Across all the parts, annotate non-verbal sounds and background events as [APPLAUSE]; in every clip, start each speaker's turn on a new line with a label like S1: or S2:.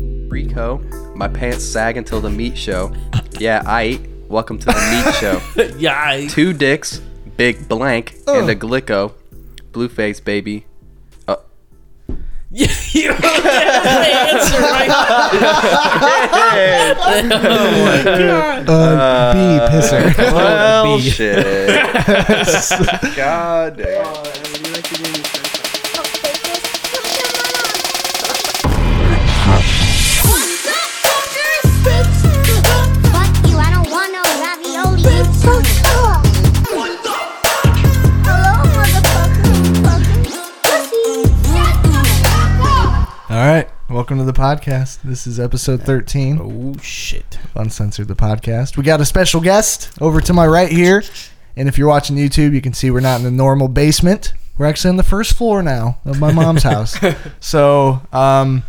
S1: Mexico. My pants sag until the meat show. Yeah, I eat. Welcome to the meat show.
S2: [LAUGHS] yeah. I-
S1: Two dicks, big blank, and a glicko. Blueface, baby. Uh.
S2: [LAUGHS] you you have the answer right.
S3: Uh, bee pisser.
S1: [LAUGHS] [LAUGHS] Well, shit. God damn.
S4: Fuck you, I don't want no ravioli. What the Hello, motherfucker.
S3: All right. Welcome to the podcast. This is episode 13 of
S2: Oh shit.
S3: Uncensored the Podcast. We got a special guest over to my right here. And if you're watching YouTube, you can see we're not in the normal basement. We're actually on the first floor now of my
S2: [LAUGHS]
S3: mom's house. So, um,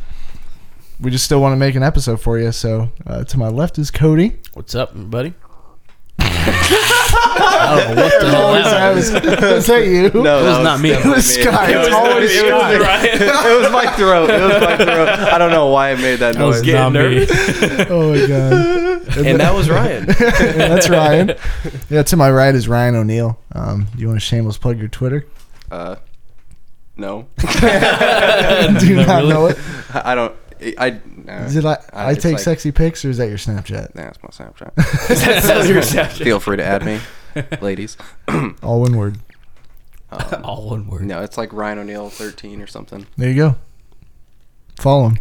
S3: we just still want to make an episode for you. So, uh, to my left is
S1: [LAUGHS]
S3: Cody.
S2: What's up, buddy? I don't know what the hell
S3: Always, I
S2: that was.
S3: was, [LAUGHS] was that you?
S1: No,
S2: It was not me.
S3: It was Sky. It's always
S1: it was-
S3: Sky.
S1: [LAUGHS] it was my throat. It was my throat. I don't know why I made that
S5: That was
S1: noise.
S5: not me.
S3: Oh my god!
S1: And that [LAUGHS] was Ryan.
S3: [LAUGHS]
S1: [LAUGHS]
S3: that's Ryan. Yeah, to my right is Ryan O'Neill. Um, do you want to shameless plug your Twitter?
S1: Uh, no, [LAUGHS]
S5: [LAUGHS]
S3: do you not
S5: Not really.
S3: know it?
S1: I I don't. I. I- nah.
S3: Is it like
S1: [LAUGHS] Uh,
S3: I
S1: it's
S3: take
S1: like-
S3: sexy pics, or is that your Snapchat?
S1: Nah, it's my Snapchat. Feel free to add me, ladies.
S3: All one word.
S2: All one word.
S1: No, it's like Ryan O'Neill 13 or something.
S3: There you go. Follow him.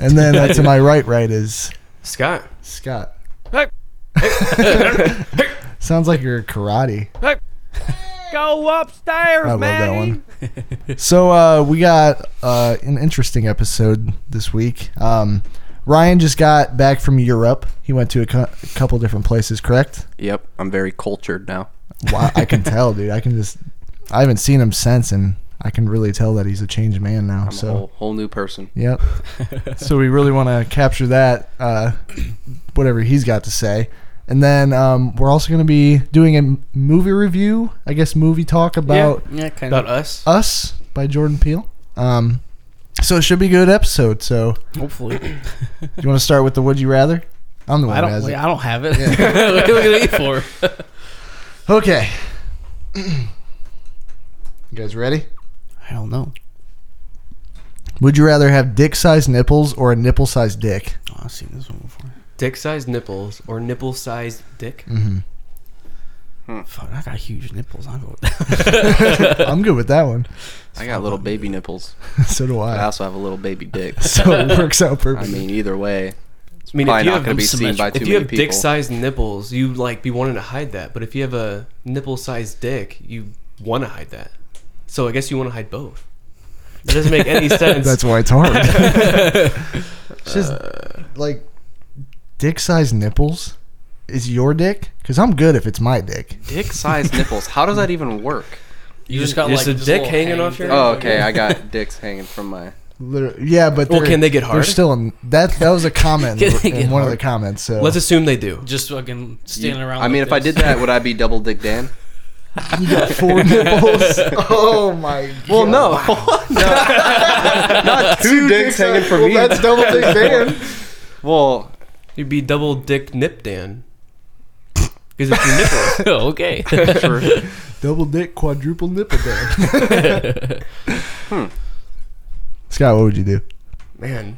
S3: And then
S1: [LAUGHS]
S3: uh, to my right, right is
S5: Scott.
S3: Scott. [LAUGHS] Sounds like you're karate.
S5: Go upstairs,
S3: I love that one. so uh, we got uh, an interesting episode this week. Um, Ryan just got back from Europe. He went to a, cou- a couple different places, correct?
S1: Yep, I'm very cultured now.
S3: Wow, I can tell, dude. I can just. I haven't seen him since, and I can really tell that he's a changed man now.
S1: I'm
S3: so
S1: a whole, whole new person.
S2: [LAUGHS]
S3: Yep. so we really want to capture that, uh, whatever he's got to say. And then um, we're also going to be doing a m- movie review, I guess, movie talk about
S2: Yeah, kind
S5: About
S2: of.
S5: us.
S3: Us by Jordan Peele. Um, so it should be a good episode. So
S2: Hopefully,
S3: do you want to start with the Would You Rather? I'm the one
S2: I
S3: who
S2: don't.
S3: has
S2: Wait,
S3: it.
S2: I don't have it. [LAUGHS] what are you looking at me for?
S3: Okay. [CLEARS THROAT] you guys ready?
S2: I don't know.
S3: Would you rather have dick sized nipples or a nipple sized dick?
S2: Oh, I've seen this one before.
S5: Dick sized nipples or nipple sized dick.
S3: Mm-hmm.
S2: Fuck, I got huge nipples. I don't.
S3: I'm good with that one. [LAUGHS]
S1: I got little baby nipples.
S3: so do
S1: I
S3: I.
S1: also have a little baby dick.
S3: [LAUGHS] So it works out
S1: I
S3: perfectly.
S1: [LAUGHS] mean, either way, it's
S5: I mean, if
S1: probably
S5: you
S1: not
S5: have-
S1: going to be
S2: I'm
S1: seen by
S2: symmetrical.
S1: too
S5: If you
S1: many
S5: have
S1: people.
S5: dick sized nipples, you like be wanting to hide that. But if you have a nipple sized dick, you want to hide that. So I guess you want to hide both. That doesn't make
S3: [LAUGHS]
S5: any sense.
S3: That's why it's hard. it's just like dick sized nipples is your dick because I'm good if it's my dick.
S1: dick [LAUGHS] sized nipples. How does that even work?
S2: You just got
S5: Just
S2: like
S5: a
S2: this
S5: dick
S2: little
S5: hanging
S2: hang
S5: off your-
S2: thing.
S1: Oh, okay. I got dicks hanging from my.
S3: Liter- yeah, but
S5: Well,
S3: they're-
S5: can they get
S3: They're
S5: hard?
S3: still in that. That was a comment in
S2: Can they
S3: in
S2: get
S3: one of the
S2: hard?
S3: comments. So
S5: Let's assume they do.
S2: Just fucking
S1: You-
S2: standing around.
S1: I mean,
S2: like
S1: if I
S2: this.
S1: did that, would I be double dick Dan?
S3: you got [LAUGHS] four nipples. oh my.
S1: Well,
S3: God.
S1: no. [LAUGHS] Not two dicks hanging from me.
S3: Well, that's double dick Dan.
S1: Well,
S5: You'd be double dick nip Dan. Because it's
S3: [LAUGHS]
S5: your
S2: Oh,
S5: nipple.
S2: [LAUGHS] okay.
S3: double dick quadruple nipple Dan.
S5: [LAUGHS]
S3: Scott, what would you do?
S5: Man.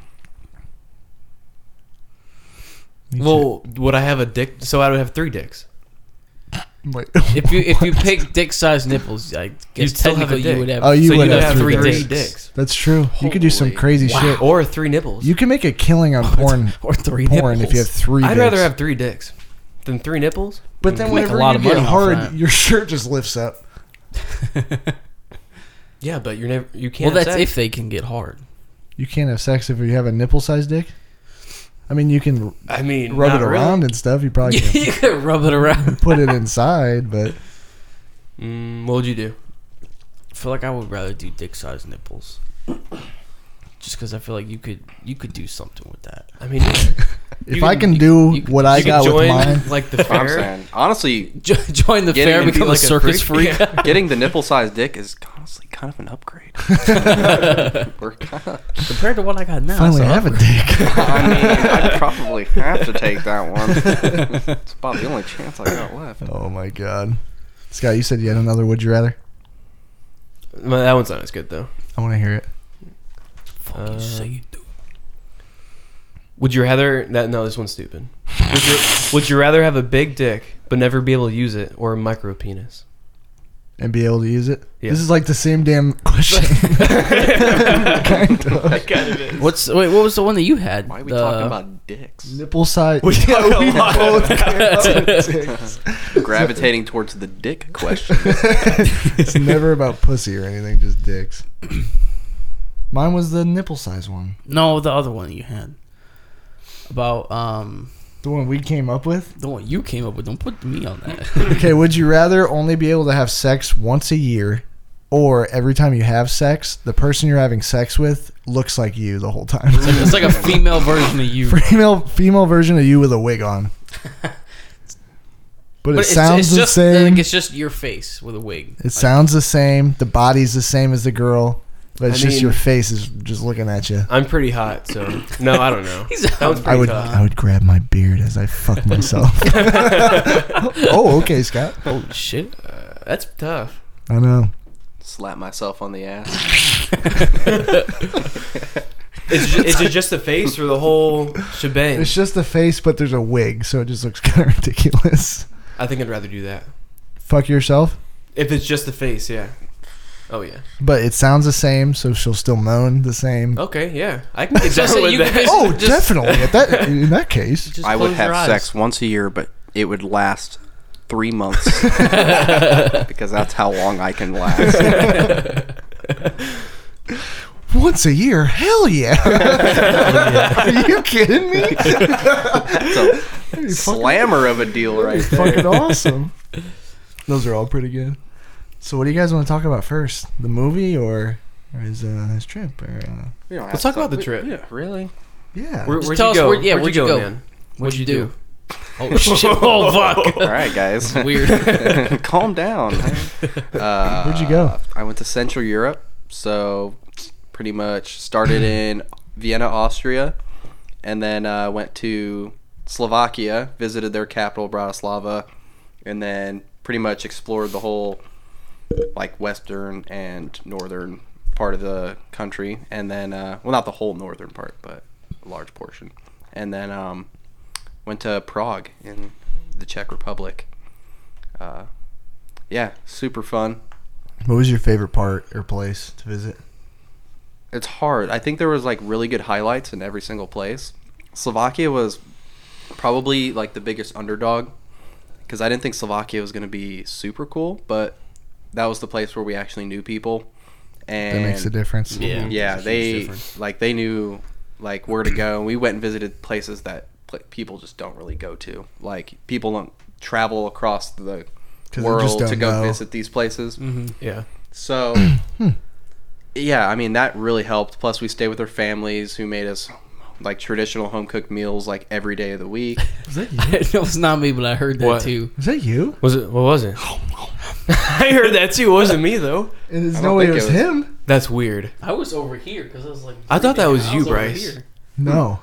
S5: Well, would I have a dick? So I would have three dicks.
S3: Wait.
S2: if you if you pick dick sized nipples, I guess
S5: You'd still have
S2: technically
S5: a
S2: you
S5: dick.
S2: would have.
S3: Oh, you
S5: so
S3: would
S5: you'd
S3: have, three,
S5: three
S3: dicks.
S5: dicks.
S3: That's true. You could do some
S1: Holy
S3: crazy shit.
S5: Or three nipples.
S3: You can make a killing
S5: Oh,
S3: on porn
S2: or three
S3: porn
S2: nipples.
S3: if you have three.
S5: I'd
S3: dicks.
S5: rather have three dicks than three nipples.
S3: But then
S2: Make a
S3: whenever
S2: lot
S3: you
S2: of
S3: get
S2: money off
S3: hard,
S2: that.
S3: your shirt just lifts up.
S5: Yeah, but you're never you can't.
S2: well, that's
S5: have
S2: if
S5: sex.
S2: they can get hard.
S3: You can't have sex if you have a nipple-sized dick. I mean, you can
S5: I mean
S3: rub
S5: not
S3: it
S5: really.
S3: around and stuff. You probably
S5: [LAUGHS]
S3: can
S2: you could rub it around.
S3: put it inside, but
S5: Mm, what would you do?
S2: I feel like I would rather do dick
S3: [LAUGHS]
S2: sized nipples, just because I feel like you could you could do something with that. [LAUGHS]
S5: I mean,
S3: If
S5: You
S3: I
S5: can-
S3: can do
S2: you-
S3: what I
S5: you
S3: got
S5: can join
S3: with
S5: [LAUGHS]
S3: mine, [LAUGHS]
S5: like the
S1: I'm
S5: fair.
S1: saying, honestly,
S2: Jo- join the
S1: Get in
S2: fair,
S1: and be
S2: become
S5: like
S2: a
S5: a
S2: circus freak.
S5: freak. Yeah.
S1: getting the nipple-sized dick is honestly kind of an upgrade. [LAUGHS] We're kinda,
S2: [LAUGHS] Compared to what I got now,
S3: finally
S2: so-
S3: have a dick.
S1: I mean, I'd probably have to take that one. it's about the only chance I got
S3: [LAUGHS]
S1: left.
S3: oh my god, Scott, you said you had another. Would you rather?
S5: Well, that one's not as good though.
S3: I want to hear it.
S2: Fucking [LAUGHS]
S5: Uh,
S2: say you do.
S5: Would you rather that? No, this one's stupid. Would you, would you rather have a big dick but never be able to use it, or a micro penis?
S3: And be able to use it.
S5: Yeah.
S3: This is like the same damn question.
S5: [LAUGHS]
S3: kind of.
S2: [LAUGHS] What's wait? What was the one that you had?
S1: Why are we
S2: The-
S1: talking
S2: [LAUGHS]
S1: about dicks?
S3: Nipple size. [LAUGHS]
S1: [LAUGHS]
S5: We
S3: Yeah,
S5: talk a
S3: we
S5: lot
S3: both
S5: about
S3: care about
S2: [LAUGHS]
S5: [LAUGHS]
S3: dicks.
S1: Gravitating towards the dick question.
S3: [LAUGHS]
S5: [LAUGHS]
S3: it's never about pussy or anything, just
S5: [CLEARS THROAT]
S3: dicks. Mine was the nipple size one.
S2: No, the other one you had. About um
S3: The one we came up
S5: [CLEARS THROAT]
S3: with.
S2: the one you came up with. Don't put me on that.
S3: [LAUGHS] Okay, would you rather only be able to have sex once a year or every time you have sex, the person you're having sex with looks like you the whole
S5: [LAUGHS]
S3: time?
S2: [LAUGHS]
S3: [LAUGHS]
S2: It's like, it's like a female version of you.
S3: female female version of you with a wig on. But, it
S2: But
S3: sounds the
S2: just,
S3: same.
S2: Like, it's just your face with a wig.
S3: it sounds the same. The body's the same as the girl. But it's
S5: I
S3: just
S5: mean-
S3: your face is just looking at you.
S5: I'm pretty hot, so no, I
S3: [LAUGHS]
S5: don't know.
S2: He's
S5: that one's
S3: I
S5: pretty
S3: would
S5: tough.
S3: I would grab my beard as I fuck myself. oh, okay, Scott.
S2: Oh shit!
S5: Uh, That's tough.
S3: I know.
S1: Slap myself on the ass.
S5: Is it, ju- is it just the face or the whole shebang?
S3: It's just the face, but there's a wig, so it just looks [LAUGHS] kind of ridiculous.
S5: I think I'd rather do that.
S3: Fuck yourself.
S5: If it's just the face, yeah. Oh yeah.
S3: But it sounds the same, so she'll still moan the same.
S5: Okay, yeah. I [LAUGHS] can
S2: So
S5: get
S2: I
S5: down
S2: said
S5: with
S2: you
S5: that.
S2: could-
S3: Oh,
S2: Just-
S3: definitely. At that in that case,
S2: Just
S1: I would
S2: close your
S1: have
S2: eyes.
S1: sex once a year, but it would last three
S2: [LAUGHS]
S1: months because that's how long I can last.
S2: [LAUGHS]
S3: once a year, hell yeah. Are you kidding me?
S1: It's a slammer of a deal right there.
S3: [LAUGHS] Fucking awesome. Those are all pretty good. So, what do you guys want to talk about first? The movie or, or his uh, his trip? Or, uh,
S1: We don't have
S5: Let's
S1: to
S5: talk about the trip.
S1: Yeah, really?
S3: yeah.
S5: Where,
S2: Just
S5: where'd
S2: tell
S5: you
S2: us
S5: go?
S2: where- yeah, where'd you go?
S5: What'd you do?
S2: Oh shit!
S5: [LAUGHS]
S2: Oh [LAUGHS] fuck!
S1: All right, guys.
S2: Weird.
S1: [LAUGHS] Calm down. Uh,
S3: Where'd you go?
S1: I went to Central Europe. So, pretty much started in Vienna, Austria, and then uh, went to Slovakia, visited their capital, Bratislava, and then pretty much explored the whole like western and northern part of the country, and then uh, well, not the whole northern part, but a large portion, and then um, went to Prague in the Czech Republic. Uh, yeah, super fun.
S3: What was your favorite part or place to visit?
S1: It's hard. I think there was like really good highlights in every single place. Slovakia was probably like the biggest underdog because I didn't think Slovakia was going to be super cool, but that was the place where we actually knew people.
S3: That
S1: And
S3: makes a difference.
S2: Yeah.
S1: yeah,
S2: It's a huge
S1: they
S2: difference.
S1: like they knew like where to go. And we went and visited places that pl- people just don't really go to. Like people don't travel across the
S3: 'Cause they just
S1: world to
S3: don't
S1: go
S3: know.
S1: visit these places.
S5: Yeah. [CLEARS THROAT]
S1: So,
S5: Hmm.
S1: yeah, I mean that really helped. Plus, we stayed with our families, who made us like traditional home cooked meals like every day of the
S5: [LAUGHS]
S1: week.
S3: Was that you?
S2: that was not me, but I heard that
S5: What?
S2: too.
S3: Was that you?
S5: Was it? What was it? [LAUGHS] I heard that too. It wasn't me though.
S3: And there's
S1: I
S3: no
S1: don't
S3: way it
S1: think
S3: was,
S1: it was-
S3: him.
S5: That's weird.
S2: I was over here because I was like,
S5: I thought that
S2: freaking-
S5: was
S2: I
S5: you,
S2: over
S5: Bryce.
S2: here.
S3: No.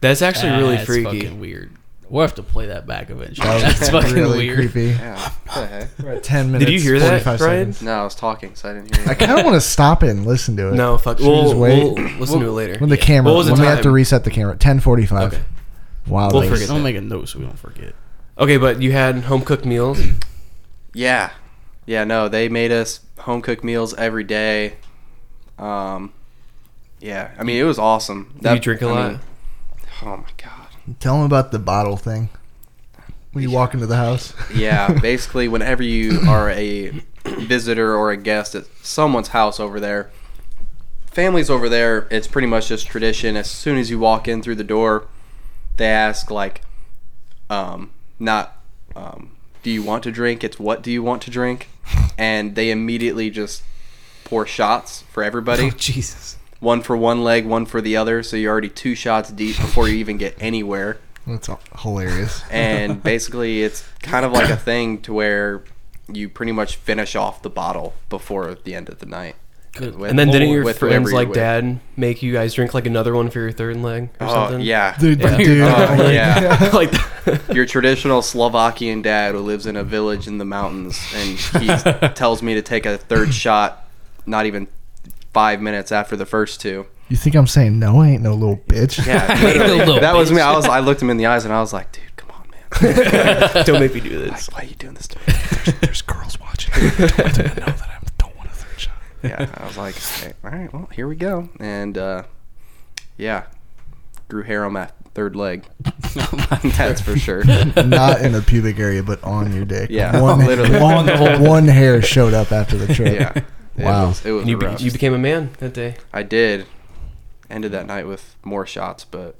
S5: That's actually really
S2: That's
S5: freaky.
S2: Fucking weird. We'll have to play that back eventually.
S5: [LAUGHS]
S3: That was
S2: That's fucking
S3: really
S2: weird.
S3: creepy.
S1: Yeah, what the heck?
S3: We're at 10 minutes.
S5: Did you hear that,
S3: 45
S5: Brian?
S3: seconds.
S1: No, I was talking, so I didn't
S5: [LAUGHS]
S1: hear.
S3: I
S1: It.
S3: kind of want to stop it and listen to it.
S5: No, fuck.
S3: Should we
S5: We'll,
S3: just wait?
S5: we'll listen to it later.
S3: When the camera,
S5: What was the
S3: when we have to
S5: time?
S3: reset the camera, 10:45.
S5: Okay.
S3: Wow,
S5: We'll
S3: that was-
S5: forget
S2: Don't make a note so we don't forget.
S5: Okay, but you had home cooked meals.
S1: Yeah, yeah, no, they made us home cooked meals every day. Um, yeah, I mean it was awesome.
S5: Did you drink a
S1: I
S5: lot?
S1: mean, oh my god.
S3: Tell them about the bottle thing. When you walk into the house, [LAUGHS]
S1: Yeah, basically, whenever you are a visitor or a guest at someone's house over there, families over there, it's pretty much just tradition. As soon as you walk in through the door, they ask like, um, not, um, do you want to drink? It's what do you want to drink? And they immediately just pour shots for everybody,
S2: Jesus.
S1: one for one leg, one for the other. So you're already two shots deep before you even get anywhere.
S3: That's hilarious.
S1: and basically it's kind of like a thing to where you pretty much finish off the bottle before the end of the night.
S2: Good.
S1: With-
S2: [LAUGHS]
S5: And then didn't
S1: oh, with whoever
S5: your friends
S1: you're
S5: like
S1: with.
S5: dad make you guys drink like another one for your third leg or
S1: Oh,
S5: something?
S1: yeah.
S3: [LAUGHS] Dude,
S5: Yeah.
S3: dude.
S1: Oh, yeah.
S5: [LAUGHS] like
S1: Your traditional Slovakian dad who lives in a village in the mountains and he tells me to take a third shot not even five minutes after the first two.
S3: [LAUGHS] You think I'm saying no? I ain't no little bitch.
S1: [LAUGHS] Yeah.
S2: Little
S1: literally. that was me.
S2: bitch.
S1: I was I looked him in the eyes and I was like, dude, come on, man.
S5: don't make me do this.
S1: Like, why are you doing this to me?
S3: There's, [LAUGHS] there's girls watching. I don't know that I don't want a third shot.
S1: Yeah. I was like, okay, all right, well, here we go. And uh, yeah. Grew hair on my third leg. [LAUGHS]
S5: [LAUGHS]
S1: That's for
S3: [LAUGHS]
S1: sure.
S3: Not in the pubic area, but on your dick.
S1: Yeah,
S3: [LAUGHS] one,
S1: [LAUGHS] literally.
S3: One, one hair showed up after the trip.
S1: Yeah.
S3: Wow.
S1: It was, it was
S5: And you, be-
S1: rough.
S5: you became a man that day.
S1: I did. Ended that night with more shots, but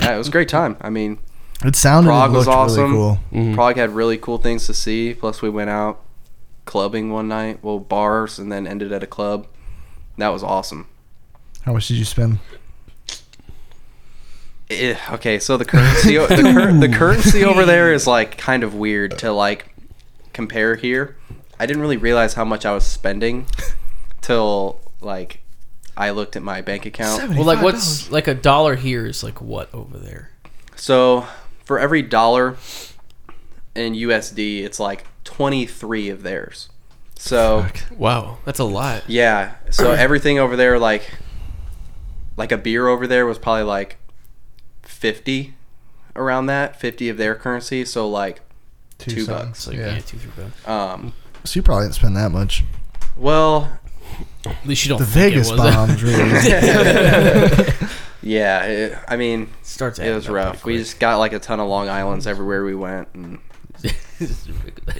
S1: yeah, it was a great time. I mean,
S3: It sounded
S1: Prague
S3: and
S1: was
S3: looked
S1: awesome.
S3: really cool.
S5: Mm-hmm.
S1: Prague had really cool things to see. Plus, we went out clubbing one night, well, bars, and then ended at a club. That was awesome.
S3: How much did you spend?
S1: Eh, okay, so the currency, the, cur- the currency over there is like kind of weird to like compare here. I didn't really realize how much I was spending till like I looked at my bank account.
S2: Well, like what's like a dollar here is like what over there?
S1: So for every dollar in USD, it's like 23 of theirs. So
S5: Wow, that's a lot.
S1: yeah, so everything over there, like like a beer over there was probably like 50 around that, 50 of their currency. So like, two
S3: something.
S1: bucks,
S2: It's like yeah,
S3: yeah.
S2: two three bucks.
S1: um,
S3: So you probably didn't spend that much.
S1: well,
S2: At least you don't.
S3: The
S2: think
S3: Vegas
S2: it was. [LAUGHS]
S3: bombs really.
S1: yeah, it, I mean,
S2: starts.
S1: it was rough. We just got like a ton of Long Islands everywhere we went, and
S2: [LAUGHS]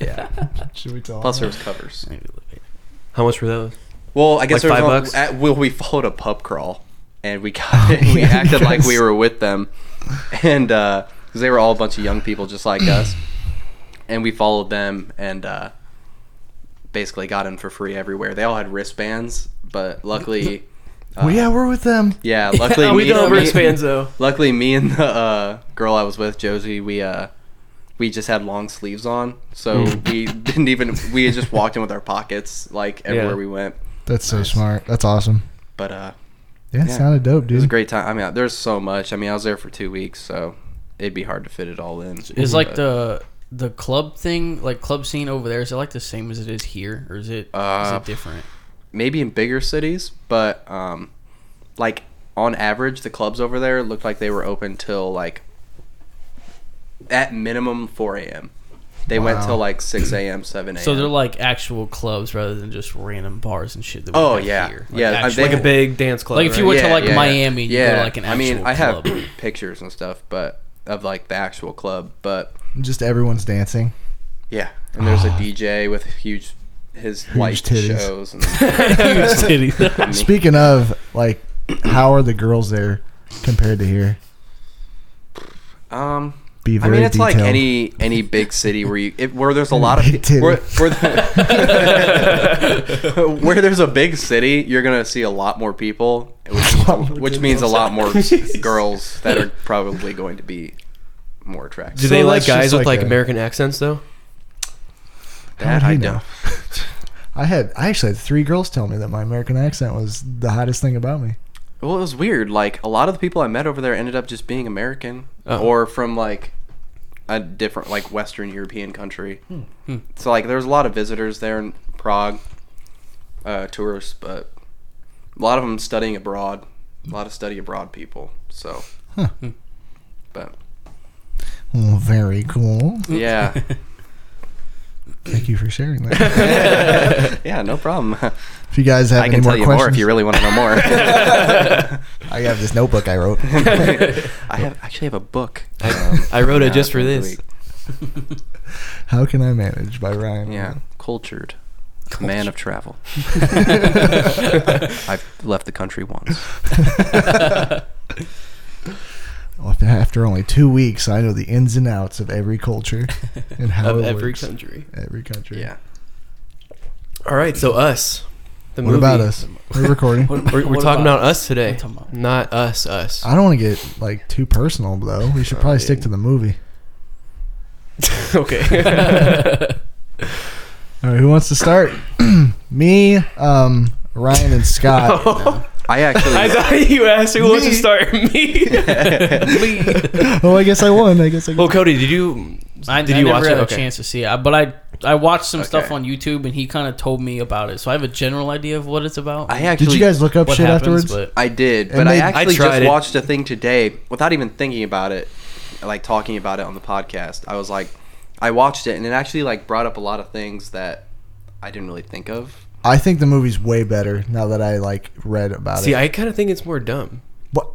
S2: yeah. [LAUGHS]
S3: Should we talk?
S1: plus there was covers.
S5: How much were those?
S1: Well, I guess
S5: Like
S1: there was
S5: five
S1: one-
S5: bucks? Oh,
S1: At, well, we followed a pub crawl, and we
S5: [LAUGHS]
S1: got [LAUGHS] we acted like we were with them, and uh 'cause they were all a bunch of young people just
S5: [CLEARS THROAT]
S1: like us, and we followed them and uh, basically got in for free everywhere. They all had wristbands, but luckily,
S3: well, yeah, we're with them.
S1: yeah, luckily
S5: [LAUGHS] we don't have
S1: me-
S5: wristbands though.
S1: [LAUGHS] Luckily, me and the uh, girl I was with, Josie, we uh, we just had long sleeves on, so
S5: Hmm.
S1: we didn't even we had just walked in with our pockets like everywhere
S5: Yeah.
S1: we went.
S3: That's so smart. That's awesome.
S1: But uh,
S3: Yeah,
S1: Yeah.
S3: sounded dope, dude.
S1: It was a
S2: Mm-hmm.
S1: great time. I mean, there's so much. I mean, I was there for two weeks, so it'd be hard to fit it all in.
S2: Is like
S1: But,
S2: the the club thing, like club scene over there, is it like the same as it is here, or is it is
S1: Uh,
S2: it different?
S1: maybe in bigger cities, but um, like on average, the clubs over there looked like they were open till like at minimum 4 a.m. They went
S3: Wow.
S1: till like 6 a.m., 7 a.m.
S2: So they're like actual clubs rather than just random bars and shit. That we
S1: Oh,
S2: have
S1: yeah.
S2: here.
S1: Yeah, I-
S2: actual-
S1: they-
S5: Like a big dance club.
S2: Like, if you
S5: right?
S2: went to, like, Miami, you go to, like, an
S1: I mean,
S2: actual
S1: I have
S2: club.
S1: [CLEARS THROAT] pictures and stuff, but of like the actual club, but
S3: Just everyone's dancing.
S1: yeah, and there's a
S2: Ah.
S1: DJ with huge his white
S3: titties.
S1: shows
S2: [LAUGHS]
S1: and [LAUGHS]
S3: Speaking of, like, how are the girls there compared to here?
S1: um.
S3: Be
S1: I
S3: very
S1: mean, it's
S3: detailed.
S1: like any any big city where you it, where
S3: [LAUGHS]
S1: there's a lot of
S3: Big titty.
S1: where, where, the-
S3: [LAUGHS]
S1: [LAUGHS] where there's a big city, you're gonna see a lot more people, which,
S3: lot more
S1: which means a lot
S3: [LAUGHS]
S1: more s- girls that are probably going to be more attractive.
S5: Do they
S3: So
S5: like
S3: that's just
S5: guys with
S3: like
S5: like
S3: a-
S5: American accents though?
S3: How
S1: That
S3: would
S1: I
S3: he
S1: know.
S3: [LAUGHS] I had I actually had three girls tell me that my American accent was the hottest thing about me.
S1: Well, it was weird. Like a lot of the people I met over there ended up just being American
S5: Oh.
S1: or from like a different like Western European country.
S5: Hmm.
S1: So like there was a lot of visitors there in Prague, uh, tourists, but a lot of them studying abroad, a lot of study abroad people. So,
S5: Hmm.
S1: but
S3: Oh, very cool.
S5: Hmm. [LAUGHS]
S1: yeah,
S3: Thank you for sharing that.
S1: [LAUGHS] yeah, no problem.
S3: If you guys have
S1: I
S3: any
S1: can
S3: more
S1: tell you
S3: questions,
S1: more if you really want to know more.
S5: [LAUGHS]
S3: I have this notebook I wrote.
S1: [LAUGHS] I have actually have a book.
S5: I, I wrote it
S1: Yeah,
S5: just for
S1: during the
S5: this.
S1: week.
S3: How can I manage by Ryan?
S1: Yeah, cultured. A Man of
S3: [LAUGHS]
S1: travel. I've left the country once.
S3: Well, if- After only two weeks, I know the ins and outs of every culture and how
S5: Of
S3: it
S5: every
S3: works.
S5: country.
S3: Every country.
S1: Yeah.
S5: All right, so us, the The
S3: What
S5: movie.
S3: about us? We're recording.
S5: We're, we're
S2: What
S5: talking about,
S2: about-
S5: us today,
S2: We're talking about-
S5: not us. Us.
S3: I don't want to get like too personal though. We should probably stick to the movie.
S5: [LAUGHS] okay.
S3: All right, who wants to start? [CLEARS THROAT] Me, um, Ryan, and Scott.
S1: I actually
S5: [LAUGHS] I thought you asked who wants to
S3: Me.
S5: start [LAUGHS] me.
S3: oh, I guess I won. I guess I.
S5: well, Cody, did you
S2: I,
S5: did
S2: I
S5: you
S2: never
S5: watch
S2: had
S5: it?
S2: a
S5: Okay.
S2: chance to see it, I- but I I watched some stuff
S1: Okay.
S2: on YouTube and he kind of told me about it, so I have a general idea of what it's about.
S1: I
S2: and
S1: actually
S3: Did you guys look up
S2: what
S3: shit
S2: happens,
S3: afterwards?
S2: but
S1: I did,
S3: And
S1: but I
S3: they-
S1: actually
S5: I tried
S1: just
S5: it.
S1: watched a thing today without even thinking about it, like talking about it on the podcast. I was like, I watched it and it actually like brought up a lot of things that I didn't really think of.
S3: I think the movie's way better now that I like read about
S5: see?
S3: it.
S5: I kind of think it's more dumb.
S3: What?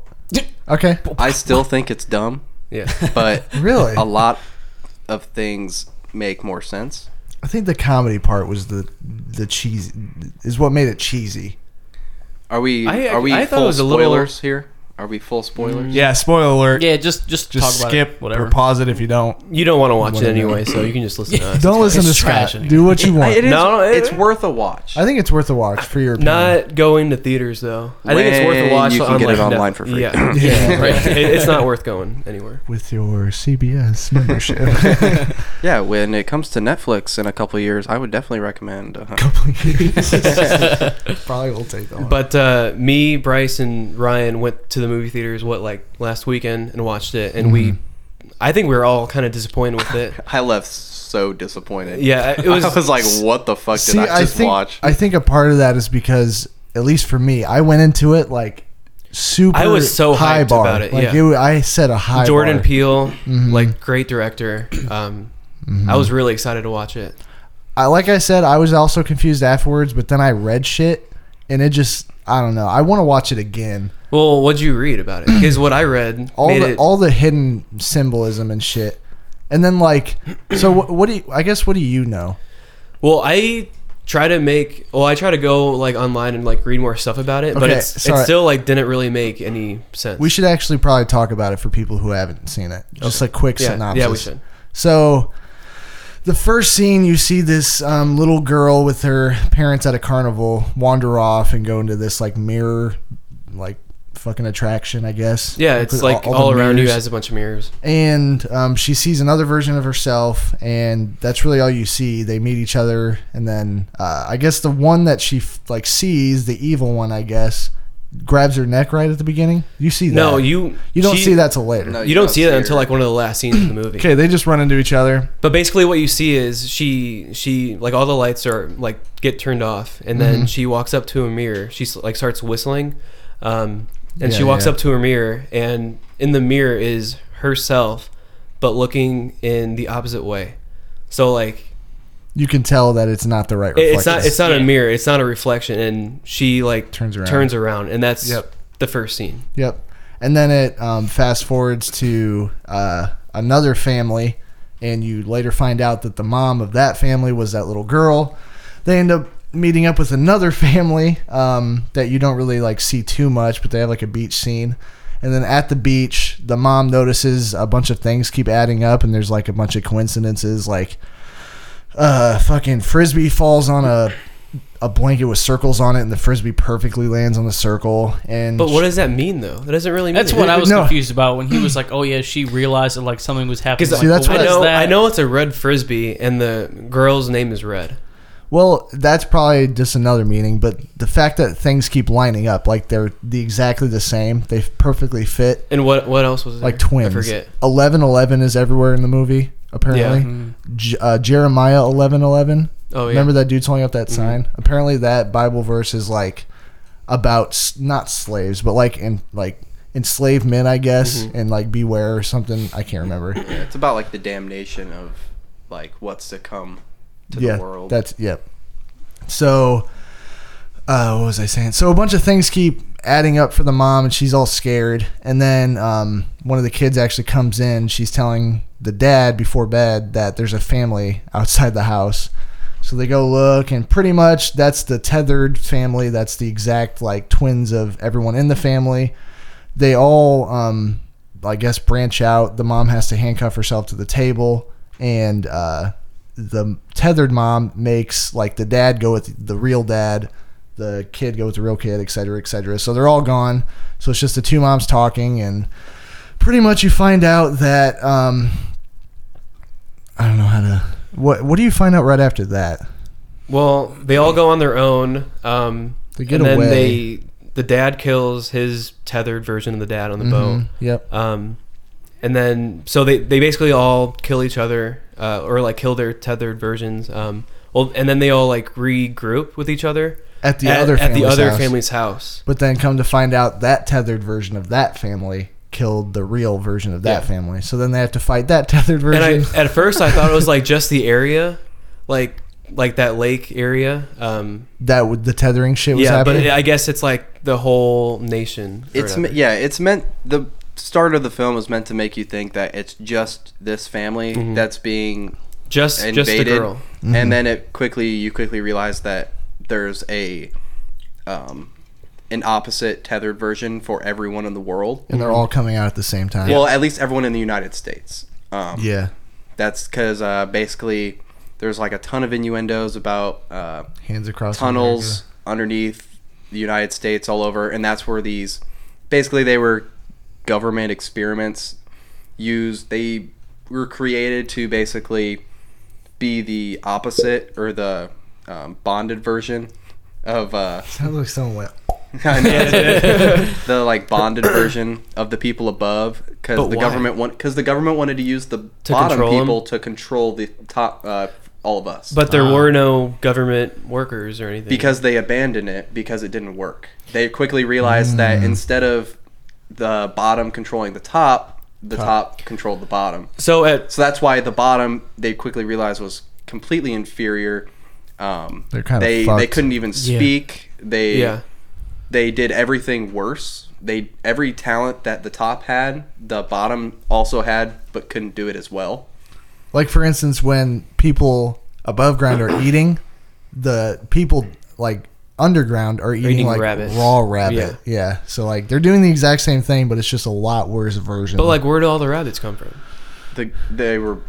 S3: Okay.
S1: I still think it's dumb,
S5: Yeah.
S1: but
S3: [LAUGHS] Really?
S1: a lot of things make more sense.
S3: I think the comedy part was the the cheesy is what made it cheesy.
S1: Are we
S5: I-
S1: are we
S5: I thought it
S1: full
S5: was a little-
S1: spoilers here? Are we full spoilers?
S3: Yeah. Spoiler alert.
S2: yeah, just just,
S3: Just
S2: talk
S3: skip
S2: about it, whatever.
S3: or pause it if you don't.
S5: You don't want to watch it
S3: Whatever.
S5: anyway, so you can just listen [LAUGHS] to us.
S3: Don't listen
S2: It's
S3: to
S2: trash
S3: Scott.
S2: anyway.
S3: Do what you want.
S1: It is,
S5: No, it-
S1: it's worth a watch.
S3: I think it's worth a watch for your opinion.
S5: Not going to theaters though. I think it's worth
S1: When
S5: a watch.
S1: you can
S5: on,
S1: get
S5: like,
S1: it online
S5: Netflix.
S1: for free.
S5: Yeah,
S1: [LAUGHS]
S5: yeah [LAUGHS] right. It- it's not worth going anywhere.
S3: with your CBS [LAUGHS] membership.
S1: yeah, when it comes to Netflix in a couple years, I would definitely recommend. Uh,
S3: Probably will take that. one.
S5: But uh, me, Bryce, and Ryan went to the movie theaters what like last weekend and watched it, and
S3: Mm-hmm.
S5: we, I think we were all kind of disappointed with it.
S1: I left so disappointed.
S5: Yeah, it
S1: [LAUGHS]
S5: was.
S1: I was like, "What the fuck did
S3: See,
S1: I
S3: I
S1: just
S3: think
S1: watch?"
S3: I think a part of that is because at least for me, I went into it like super.
S5: I was so
S3: high
S5: hyped
S3: bar.
S5: about it,
S3: Like
S5: yeah.
S3: wa- I set a [LAUGHS] high.
S5: Jordan
S3: bar. Mm-hmm.
S5: Peele, like great director. Um, I was really excited to watch it.
S3: I like I said, I was also confused afterwards, but then I read shit, and it just I don't know. I want to watch it again.
S5: Well, what'd you read about it? Because what I read
S3: All
S5: made
S3: the
S5: it.
S3: all the hidden symbolism and shit, and then like, [CLEARS THROAT] so what, what do you? I guess what do you know?
S5: well, I try to make. Well, I try to go like online and like read more stuff about it, but
S3: Okay,
S5: it's, it
S3: sorry.
S5: still like didn't really make any sense.
S3: We should actually probably talk about it for people who haven't seen it. Just a quick
S5: yeah,
S3: synopsis.
S5: yeah, we should.
S3: So, the first scene you see this um, little girl with her parents at a carnival wander off and go into this like mirror, like fucking attraction, I guess.
S5: Yeah, it's
S3: With
S5: like all,
S3: the
S5: around you
S3: mirrors.
S5: has a bunch of mirrors.
S3: and um, she sees another version of herself, and that's really all you see. They meet each other, and then uh, I guess the one that she f- like sees, the evil one, I guess, grabs her neck right at the beginning. You see that?
S5: No, you
S3: you don't
S5: she-
S3: see that till later.
S1: No,
S5: You don't see that
S1: her.
S5: until like one of the last scenes
S3: [CLEARS THROAT]
S5: of the movie.
S3: Okay, they just run into each other.
S5: But basically, what you see is she she like all the lights are like get turned off, and then
S3: Mm-hmm.
S5: she walks up to a mirror. She s- like starts whistling, um, and she
S3: Yeah,
S5: walks
S3: yeah.
S5: up to a mirror, and in the mirror is herself, but looking in the opposite way. So like
S3: You can tell that it's not the right.
S5: it-
S3: Reflection.
S5: it's not it's not a mirror, it's not a reflection, and she like
S3: Turns around.
S5: turns around, and that's
S3: Yep.
S5: the first scene.
S3: Yep. And then it um, fast forwards to uh, another family, and you later find out that the mom of that family was that little girl. They end up meeting up with another [LAUGHS] family um, that you don't really like see too much, but they have like a beach scene. And then at the beach, the mom notices a bunch of things keep adding up, and there's like a bunch of coincidences, like uh, fucking frisbee falls on a a blanket with circles on it, and the frisbee perfectly lands on the circle. And
S5: But what does that mean though? That doesn't really mean
S2: That's what I was
S3: No.
S2: confused about when he was like, "Oh yeah, she realized that like something was happening."
S5: Because
S3: See,
S2: Like,
S3: that's
S2: well,
S5: I
S3: what
S2: is
S5: know,
S2: that?
S5: I know it's a red frisbee, and the girl's name is Red.
S3: Well, that's probably just another meaning, but the fact that things keep lining up, like they're the exactly the same, they perfectly fit,
S5: And what what else was there?
S3: like twins.
S5: I forget.
S3: Eleven Eleven is everywhere in the movie. Apparently,
S5: Yeah.
S3: J- uh, Jeremiah eleven eleven.
S5: Oh yeah. Mm-hmm.
S3: Remember that dude's holding up that sign? Apparently, that Bible verse is like about s- not slaves, but like in like enslaved men, I guess,
S5: Mm-hmm.
S3: and like beware or something. I can't remember.
S1: It's about like the damnation of like what's to come to
S3: yeah,
S1: the world.
S3: That's yep. So uh what was I saying? So a bunch of things keep adding up for the mom and she's all scared. And then um one of the kids actually comes in, she's telling the dad before bed that there's a family outside the house. So they go look and pretty much that's the tethered family, that's the exact like twins of everyone in the family. They all um I guess branch out. The mom has to handcuff herself to the table and uh the tethered mom makes like the dad go with the real dad the kid go with the real kid, et cetera, et cetera. So they're all gone. So it's just the two moms talking, and pretty much you find out that um, I don't know how to. What What do you find out right after that?
S5: Well, they all go on their own. Um,
S3: They get
S5: and then
S3: away.
S5: they the dad kills his tethered version of the dad on the
S3: Mhm.
S5: boat.
S3: Yep.
S5: Um, and then so they, they basically all kill each other uh, or like kill their tethered versions. Um, well, and then they all like regroup with each other
S3: At the
S5: at,
S3: other
S5: at the
S3: family's
S5: other
S3: house.
S5: family's house.
S3: But then come to find out that tethered version of that family killed the real version of that
S5: Yeah.
S3: family. So then they have to fight that [LAUGHS] tethered version.
S5: And I, at first, I thought
S3: [LAUGHS]
S5: it was like just the area, like like that lake area. Um,
S3: that would the tethering shit was
S5: yeah,
S3: happening.
S5: but I guess it's like the whole nation. or
S1: It's me-
S5: whatever.
S1: yeah, it's meant the start of the film is meant to make you think that it's just this family
S3: Mm-hmm.
S1: that's being
S5: just just the
S1: invaded,
S5: girl.
S1: and then it quickly you quickly realize that there's a um, an opposite tethered version for everyone in the world.
S3: and they're all coming out at the same time.
S1: Well, at least everyone in the United States. Um,
S3: yeah,
S1: That's because uh, basically there's like a ton of innuendos about uh,
S3: hands across
S1: tunnels underneath the United States all over, and that's where these basically they were government experiments used. They were created to basically be the opposite or the um, bonded version of uh,
S3: America. That looks somewhat.
S1: I know. [LAUGHS] the like bonded version of the people above because
S5: But
S1: the
S5: why?
S1: government want because the government wanted to use the bottom
S5: control 'em?
S1: people to control the top uh, all of us.
S5: But there were no government workers or anything.
S1: because they abandoned it because it didn't work. They quickly realized that
S5: Mm.
S1: instead of the bottom controlling the top, the top, controlled the bottom.
S5: so at
S1: So that's why the bottom they quickly realized was completely inferior. Um,
S3: They're kinda
S1: they they
S3: fucked.
S1: couldn't even speak. They
S5: yeah
S1: they did everything worse. They every talent that the top had, the bottom also had, but couldn't do it as well.
S3: Like for instance, when people above ground are eating, the people like underground are eating,
S5: eating
S3: like
S5: rabbits.
S3: raw rabbit. Yeah. so like they're doing the exact same thing, but it's just a lot worse version.
S5: but like where do all the rabbits come from
S1: The, they were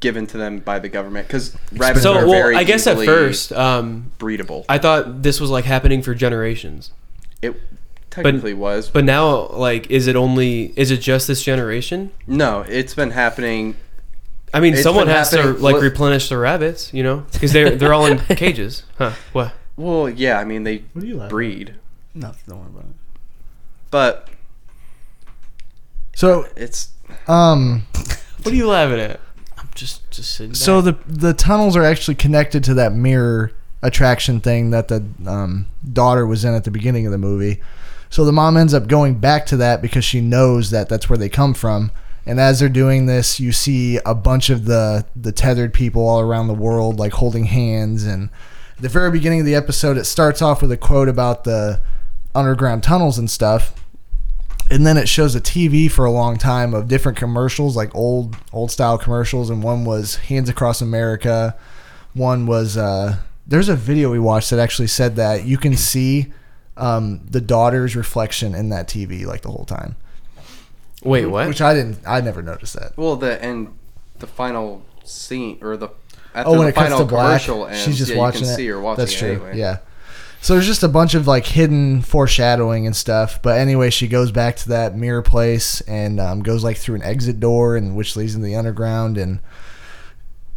S1: given to them by the government because rabbits
S5: so
S1: are very
S5: well i guess at
S1: easily
S5: first um
S1: breedable.
S5: i thought this was like happening for generations
S1: It technically was, but
S5: but now like is it only is it just this generation
S1: no, it's been happening.
S5: i mean
S1: It's
S5: someone
S1: been
S5: has to
S1: happening-
S5: like
S1: what-
S5: replenish the rabbits you know because they're they're
S1: [LAUGHS]
S5: all in cages huh what
S1: Well, yeah, I mean they
S3: are you laughing at?
S1: breed,
S2: Nothing. Don't worry about it.
S1: but
S3: so,
S1: it's
S3: um,
S5: what are you laughing at
S2: I'm just just sitting.
S3: So
S2: back.
S3: the the tunnels are actually connected to that mirror attraction thing that the um, daughter was in at the beginning of the movie. So the mom ends up going back to that because she knows that that's where they come from. And as they're doing this, you see a bunch of the the tethered people all around the world, like holding hands. And at the very beginning of the episode, it starts off with a quote about the underground tunnels and stuff and then it shows a TV for a long time of different commercials, like old old style commercials, and one was Hands Across America, one was uh, there's a video we watched that actually said that you can see um, the daughter's reflection in that TV like the whole time,
S5: wait what
S3: which I didn't, I never noticed that.
S1: well the and the final scene or the after
S3: Oh, when
S1: the
S3: it cuts
S1: final
S3: to black,
S1: commercial ends,
S3: she's just
S1: yeah,
S3: watching
S1: you can
S3: it.
S1: see or watching
S3: That's
S1: it
S3: true.
S1: anyway.
S3: Yeah. So there's just a bunch of like hidden foreshadowing and stuff. But anyway, she goes back to that mirror place and um, goes like through an exit door and which leads into the underground. And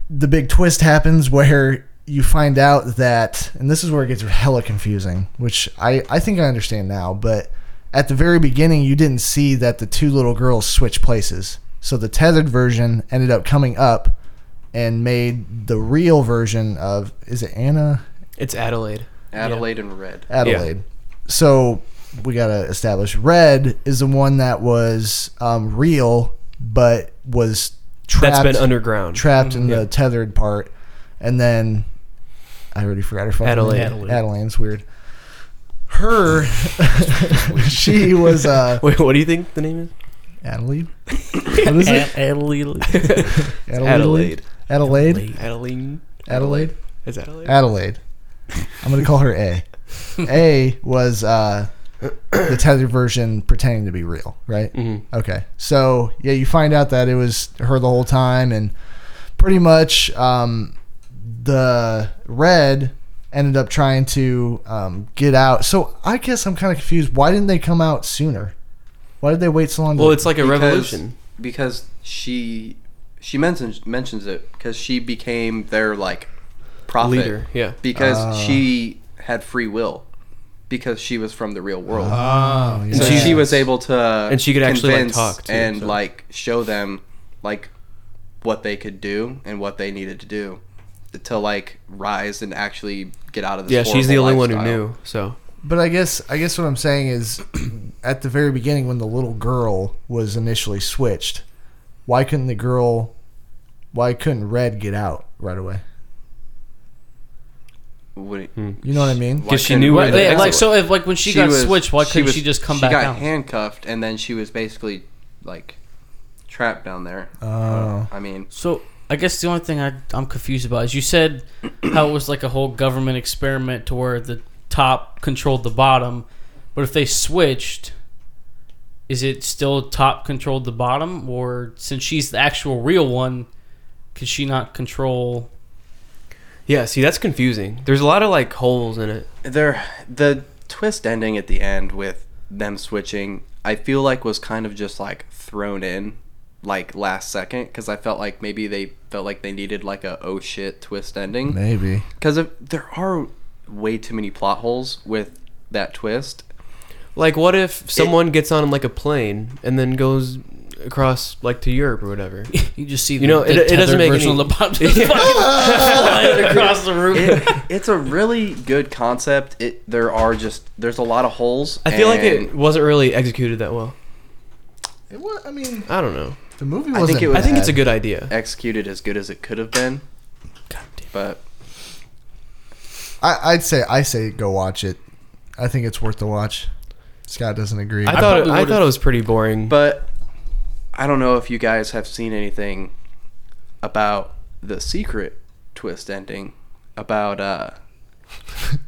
S3: the big twist happens where you find out that, and this is where it gets hella confusing, which I I think I understand now, but at the very beginning, you didn't see that the two little girls switch places. So the tethered version ended up coming up and made the real version of is it Anna
S5: it's adelaide
S1: Adelaide and Red.
S3: Adelaide? So we gotta establish Red is the one that was um, real, but was trapped
S5: that's been underground Mm-hmm.
S3: trapped in the tethered part, and then I already forgot her fucking
S5: Adelaide.
S3: name.
S2: Adelaide.
S3: Adelaide's
S5: [LAUGHS]
S3: weird. [LAUGHS] Her, she was uh,
S5: wait what do you think the name is
S3: Adelaide. What is it?
S2: A- Adelaide.
S1: [LAUGHS]
S5: adelaide
S3: Adelaide.
S5: adelaide
S3: Adelaide.
S5: is adelaide
S3: Adelaide. I'm gonna call her A. A was uh, the tethered version pretending to be real, right?
S5: Mhm.
S3: Okay, so yeah, you find out that it was her the whole time, and pretty much um, the red ended up trying to um, get out. So I guess I'm kind of confused. Why didn't they come out sooner? Why did they wait so long? to-
S5: Well, it's like a
S1: Because-
S5: revolution.
S1: because she she mentions mentions it because she became their like prophet
S5: Leader, yeah.
S1: because
S3: Ah.
S1: she had free will because she was from the real world
S3: oh, yeah.
S1: so
S5: she-
S1: she was able to
S5: And she could actually, like,
S1: convince
S5: talk, too,
S1: and
S5: so.
S1: like show them like what they could do and what they needed to do to like rise and actually get out of this
S5: Yeah, she's the
S1: horrible
S5: only one
S1: lifestyle.
S5: who knew. So
S3: But I guess I guess what I'm saying is, [CLEARS THROAT] at the very beginning when the little girl was initially switched, why couldn't the girl, why couldn't Red get out right away?
S2: Hmm.
S1: Wouldn't-
S3: You know what I mean?
S1: why
S5: 'Cause she
S1: couldn't
S5: knew
S1: we
S5: where
S1: do
S5: they-
S1: that?
S2: Yeah, like so, if like when she, got
S1: was-
S2: switched, why couldn't
S1: was-
S2: she just come back
S1: got
S2: down?
S1: handcuffed, and then she was basically like trapped down there.
S3: Oh.
S1: I mean,
S2: So I guess the only thing I, I'm confused about is you said [CLEARS THROAT] how it was like a whole government experiment to where the top controlled the bottom, but if they switched, is it still top controlled the bottom, or since she's the actual real one, could she not control?
S5: yeah, see that's confusing. There's a lot of like holes in it.
S1: there the twist ending at the end with them switching, I feel like was kind of just like thrown in like last second because I felt like maybe they felt like they needed like a oh shit twist ending.
S3: Maybe.
S1: because there are way too many plot holes with that
S5: [LAUGHS]
S1: twist.
S5: Like, what if someone gets on like a plane and then goes across like to Europe or whatever?
S2: [LAUGHS] You just see, the,
S5: You know, it-
S2: the
S5: it
S2: tethered
S5: doesn't make
S2: version
S5: any-
S2: of the [LAUGHS] bottom just fucking flying across the roof.
S1: It, it's a really good concept. It there are just there's a lot of holes.
S5: I feel like
S1: and
S5: it wasn't really executed that well.
S3: It was, I mean,
S5: I don't know.
S3: the movie
S1: I
S3: wasn't.
S1: think it was-
S5: I think it's a
S3: bad.
S5: good idea.
S1: executed as good as it could have been. But
S3: I, I'd say I say go watch it. I think it's worth the watch. Scott doesn't agree.
S5: I thought
S2: probably
S5: I
S2: would've-
S5: thought it was pretty boring.
S1: but
S5: But
S1: I don't know if you guys have seen anything about the secret twist ending about
S3: [LAUGHS]
S1: uh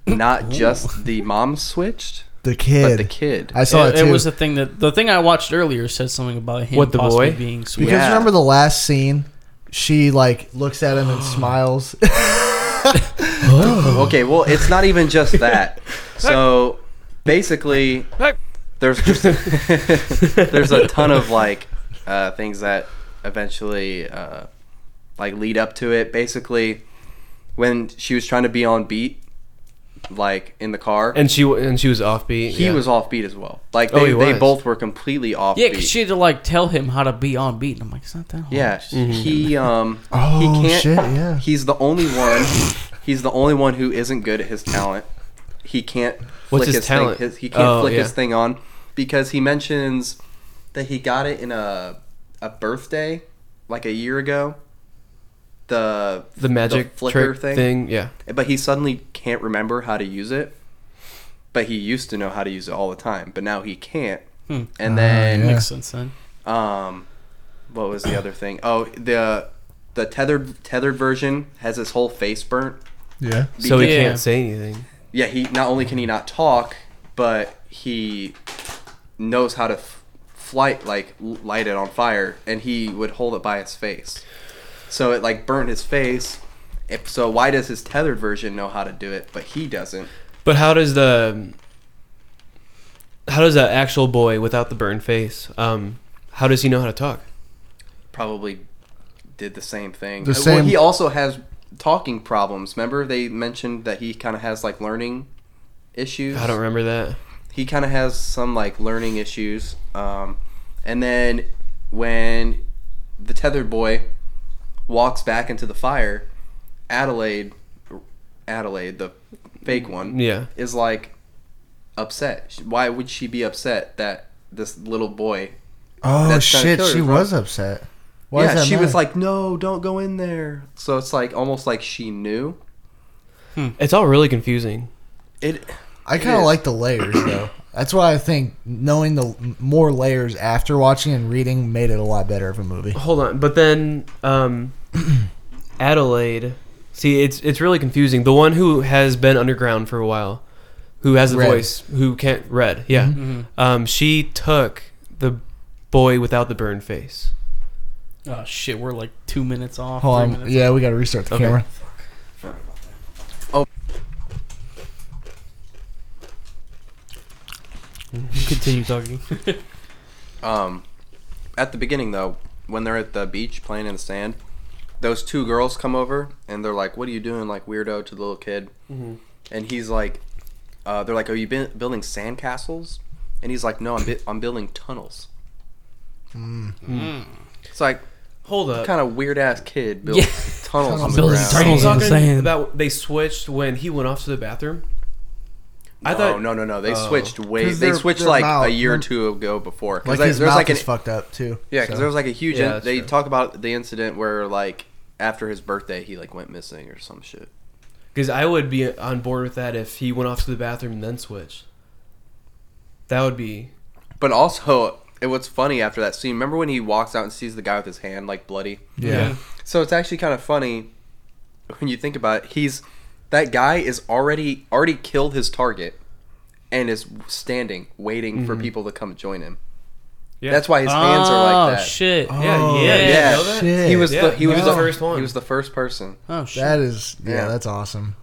S1: not just the mom switched
S3: the kid.
S1: but the kid.
S3: I saw it,
S2: it,
S3: too.
S2: it was the thing that the thing I watched earlier said something about him
S5: What, the
S2: possibly
S5: boy?
S2: being sweet.
S3: because
S1: Yeah.
S3: remember the last scene, she like looks at him and smiles.
S1: Okay, well, it's not even just
S3: [LAUGHS]
S1: that. So basically, there's
S3: [LAUGHS]
S1: just there's a ton of like uh, things that eventually uh, like lead up to it. Basically, when she was trying to be on beat, like in the car,
S5: and she w- and she was offbeat.
S1: he
S5: yeah.
S1: was off beat as well. Like
S5: Oh,
S1: they,
S5: he
S1: they
S5: was.
S1: both were completely off
S2: Yeah,
S1: beat.
S2: because she had to like tell him how to be on beat, and I'm like, it's not that hard.
S1: Yeah,
S5: Mm-hmm.
S1: he um
S3: Oh,
S1: he can't.
S3: shit, yeah.
S1: He's the only one. He's the only one who isn't good at his talent. He can't.
S5: What's
S1: flick
S5: his talent?
S1: Thing, his, he can't
S5: Oh,
S1: flick
S5: yeah.
S1: his thing on because he mentions that he got it in a a birthday like a year ago. The
S5: the magic
S1: flicker
S5: trick thing. Yeah,
S1: but he suddenly can't remember how to use it. But he used to know how to use it all the time, but now he can't.
S2: Hmm.
S1: And
S5: Ah,
S1: then
S3: [LAUGHS] yeah.
S2: makes sense then.
S1: um what was the other thing oh the the tethered tethered version has his whole face burnt
S3: yeah.
S5: so he
S2: Yeah.
S5: can't say anything.
S1: yeah he not only can he not talk but he knows how to f- flight like l- light it on fire and he would hold it by his face so it like burned his face if so why does his tethered version know how to do it but he doesn't
S5: But how does the how does that actual boy without the burned face? Um, how does he know how to talk?
S1: probably did the same thing.
S3: The
S1: Uh,
S3: same-
S1: Well, he also has talking problems. Remember, they mentioned that he kind of has like learning issues.
S5: I don't remember that.
S1: He kind of has some like learning issues. Um, and then when the tethered boy walks back into the fire, Adelaide, Adelaide, the fake one,
S5: Yeah.
S1: is like upset. Why would she be upset that this little boy
S3: Oh
S1: That's kinda
S3: shit,
S1: killer,
S3: she
S1: bro.
S3: was upset. Why
S1: yeah,
S3: does that
S1: she was
S3: matter?
S1: like, "No, don't go in there." So it's like almost like she knew
S5: It's all really confusing.
S1: it.
S3: I kind of
S1: is.
S3: like the layers though. [CLEARS THROAT] That's why I think knowing the l- more layers after watching and reading made it a lot better of a movie.
S5: Hold on, but then um, [CLEARS THROAT] Adelaide. See, it's it's really confusing. The one who has been underground for a while, who has the
S3: Red.
S5: voice, who can't red. Yeah, um, she took the boy without the burned face.
S2: Oh shit, we're like two minutes off.
S3: Hold
S2: three
S3: on,
S2: minutes
S3: yeah, we got to restart the
S5: Okay.
S3: camera.
S2: Continue [LAUGHS] talking.
S1: Um, at the beginning though, when they're at the beach playing in the sand, those two girls come over and they're like, "What are you doing, like weirdo?" to the little kid,
S2: Mm-hmm.
S1: and he's like, uh, "They're like, are you bu- building sand castles?" And he's like, "No, I'm bu- I'm building tunnels."
S2: Mm.
S1: It's like
S5: Hold up.
S1: kind of weird ass kid builds
S2: Yeah. [LAUGHS]
S1: tunnels on the
S2: Building
S1: ground.
S2: tunnels.
S5: Are you
S2: on the
S5: talking
S2: sand.
S5: about they switched when he went off to the bathroom?
S1: No,
S5: I thought
S1: no, no, no. They
S5: Oh.
S1: switched way.
S3: 'Cause
S1: They
S3: their-
S1: switched
S3: their
S1: like a
S3: mouth-
S1: year or two ago before.
S3: Like
S1: Because
S3: his
S1: there's
S3: mouth
S1: like an
S3: is fucked up too.
S1: Yeah, because
S3: so.
S1: there was like a huge.
S5: Yeah,
S1: in-
S5: that's
S1: they
S5: true.
S1: talk about the incident where like after his birthday he like went missing or some shit.
S5: because I would be on board with that if he went off to the bathroom and then switched. That would be
S1: But also, it what's funny after that scene. Remember when he walks out and sees the guy with his hand like bloody?
S3: yeah.
S1: So it's actually kind of funny when you think about it. He's that guy is already already killed his target and is standing waiting for people to come join him.
S5: Yeah.
S1: That's why his hands are
S2: Oh,
S1: like that.
S2: shit.
S5: yeah,
S2: yeah.
S5: yeah,
S1: Yeah.
S5: You know that?
S3: Shit.
S1: He was
S5: Yeah,
S1: the he was
S5: he's
S1: the
S5: the first one.
S1: He was the first person.
S2: Oh shit.
S3: That is yeah,
S1: Yeah.
S3: that's awesome.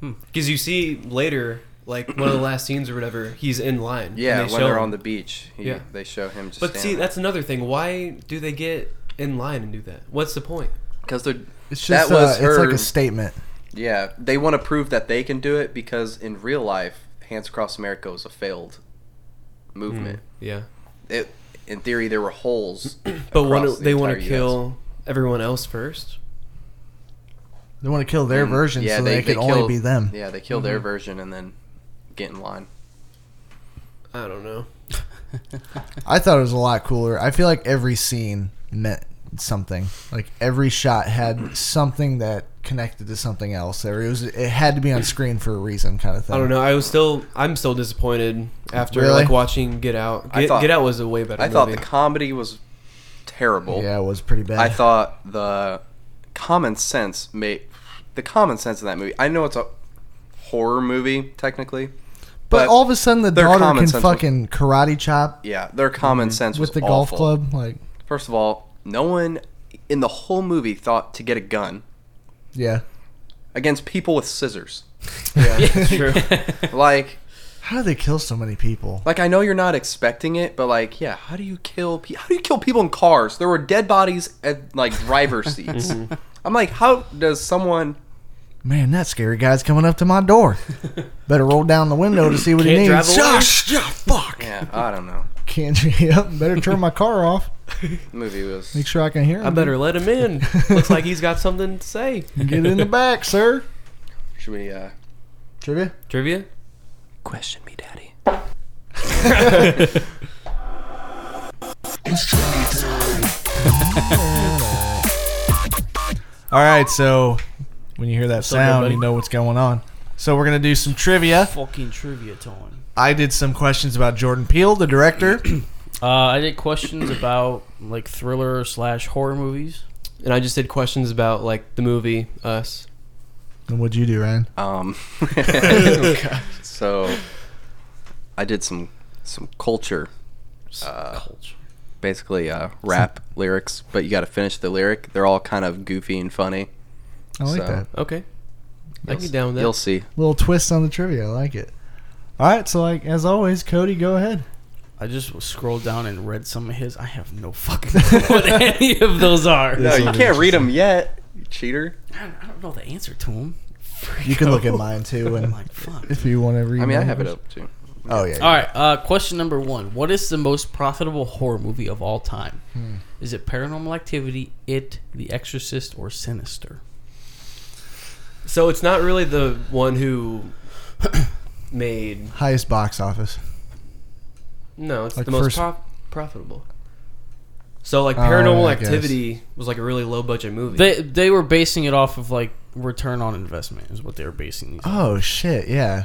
S5: Because you see later, like one of the last scenes or whatever, he's in line. and
S1: Yeah,
S5: they
S1: when
S5: show
S1: they're
S5: him.
S1: on the beach, he,
S5: Yeah.
S1: they show him just.
S5: But see, that's another thing. Why do they get in line and do that? What's the point?
S1: because they're.
S3: It's just
S1: that was
S3: uh,
S1: her.
S3: it's like a statement.
S1: yeah, they want to prove that they can do it because in real life, Hands Across America was a failed movement.
S5: Yeah.
S1: It, in theory, there were holes.
S5: Hmm. [CLEARS THROAT] But wanna-
S1: across the
S5: they want to
S1: entire US.
S5: kill everyone else first.
S3: They want to kill
S1: Mm, Hmm.
S3: their version so they, can
S1: kill-
S3: only be them.
S1: Yeah, they kill
S5: Hmm.
S1: their version and then get in line.
S5: I don't know.
S3: I thought it was a lot cooler. I feel like every scene meant something. Like every shot had something that connected to something else. There it was it had to be on screen for a reason kind of thing.
S5: I don't know. I was still. I'm still disappointed after
S3: Really?
S5: like watching Get Out. Get,
S1: I thought-
S5: Get Out was a way better.
S1: I thought the
S5: movie.
S1: comedy was terrible.
S3: Yeah, it was pretty bad.
S1: I thought the common sense made the common sense in that movie. I know it's a horror movie technically,
S3: but, all of a sudden the
S1: their
S3: daughter
S1: common
S3: can
S1: sense was-
S3: fucking karate chop
S1: yeah, their common sense was
S3: Mm-hmm. with the golf
S1: awful.
S3: club like
S1: First of all, no one in the whole movie thought to get a gun
S3: yeah.
S1: against people with
S3: [LAUGHS]
S1: scissors.
S5: It's true.
S1: like,
S3: How do they kill so many people?
S1: like I know you're not expecting it, but like, yeah, how do you kill? Pe- how do you kill people in cars? There were dead bodies at like driver
S3: [LAUGHS]
S1: seats.
S3: Mm-hmm.
S1: I'm like, how does someone?
S3: Man, that scary guy's coming up to my door. Better roll down the window to see what he
S5: Can't drive
S3: needs.
S5: away?
S3: Josh, yeah, fuck.
S1: Yeah, I don't know.
S3: Can't. [LAUGHS] Yep. Better turn my car off.
S1: The movie was
S3: Make sure I can hear him.
S5: [LAUGHS] I better let him in. Looks like he's got something to say.
S3: get in the back, sir.
S1: should we uh,
S3: Trivia.
S5: Trivia.
S1: question me, Daddy?
S3: All right, so when you hear that
S2: up,
S3: sound,
S2: everybody?
S3: you know what's going on. So we're gonna do some trivia.
S2: Fucking trivia time.
S3: I did some questions about Jordan Peele, the director.
S1: [CLEARS THROAT]
S2: Uh, I did questions about like thriller slash horror movies.
S5: And I just did questions about like the movie Us.
S3: and what'd you do, Ryan?
S5: [LAUGHS]
S1: Um, [LAUGHS] so I did some some culture, uh,
S5: Culture.
S1: basically uh, rap lyrics, but you got to finish the lyric. They're all kind of goofy and funny.
S3: I like
S1: So-
S3: that
S5: Okay. I can get down with that.
S1: You'll see.
S3: little twist on the trivia. I like it. All right, so like as always, Cody, go ahead.
S2: I just scrolled down and read some of his. I have no fucking [LAUGHS] clue what any of those are.
S1: No,
S3: This
S1: you
S3: will be
S1: can't read them yet, you cheater.
S2: I don't, I don't know the answer to them.
S3: You
S1: [LAUGHS]
S3: can look at mine too,
S2: I'm
S3: and
S2: like, fuck.
S3: if you want to read.
S1: I mean, I
S3: mine.
S5: Mm-hmm.
S1: have it up too.
S3: Oh yeah.
S2: All right. Uh, question number one: What is the most profitable horror movie of all time?
S3: Hmm.
S2: Is it Paranormal Activity, It, The Exorcist, or Sinister?
S5: So it's not really the one who [COUGHS] made.
S3: Highest box office.
S5: No, it's
S3: Like
S5: the most
S3: first-
S5: prof- profitable. So like
S3: Oh,
S5: Paranormal
S3: I guess.
S5: Activity was like a really low budget movie.
S2: They they were basing it off of like return on investment is what they were basing these. on.
S3: Oh shit, yeah,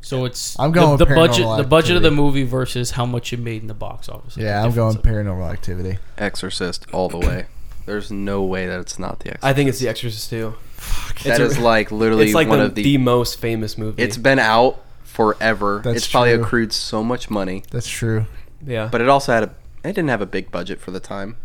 S2: So it's
S3: I'm going
S2: the,
S3: with
S2: the budget
S3: Paranormal
S2: the budget of the
S3: Activity.
S2: movie versus how much it made in the box office.
S3: yeah. I'm going
S2: Difference.
S3: Paranormal Activity.
S1: Exorcist all the way. There's no way that it's not the Exorcist.
S5: I think it's The Exorcist too.
S1: That is like literally
S5: It's like
S1: one
S5: the,
S1: of the.
S5: the most famous movie.
S1: It's been out forever.
S3: That's
S1: it's probably
S3: true.
S1: accrued so much money,
S3: That's true.
S5: yeah,
S1: but it also had a. It didn't have a big budget for the time.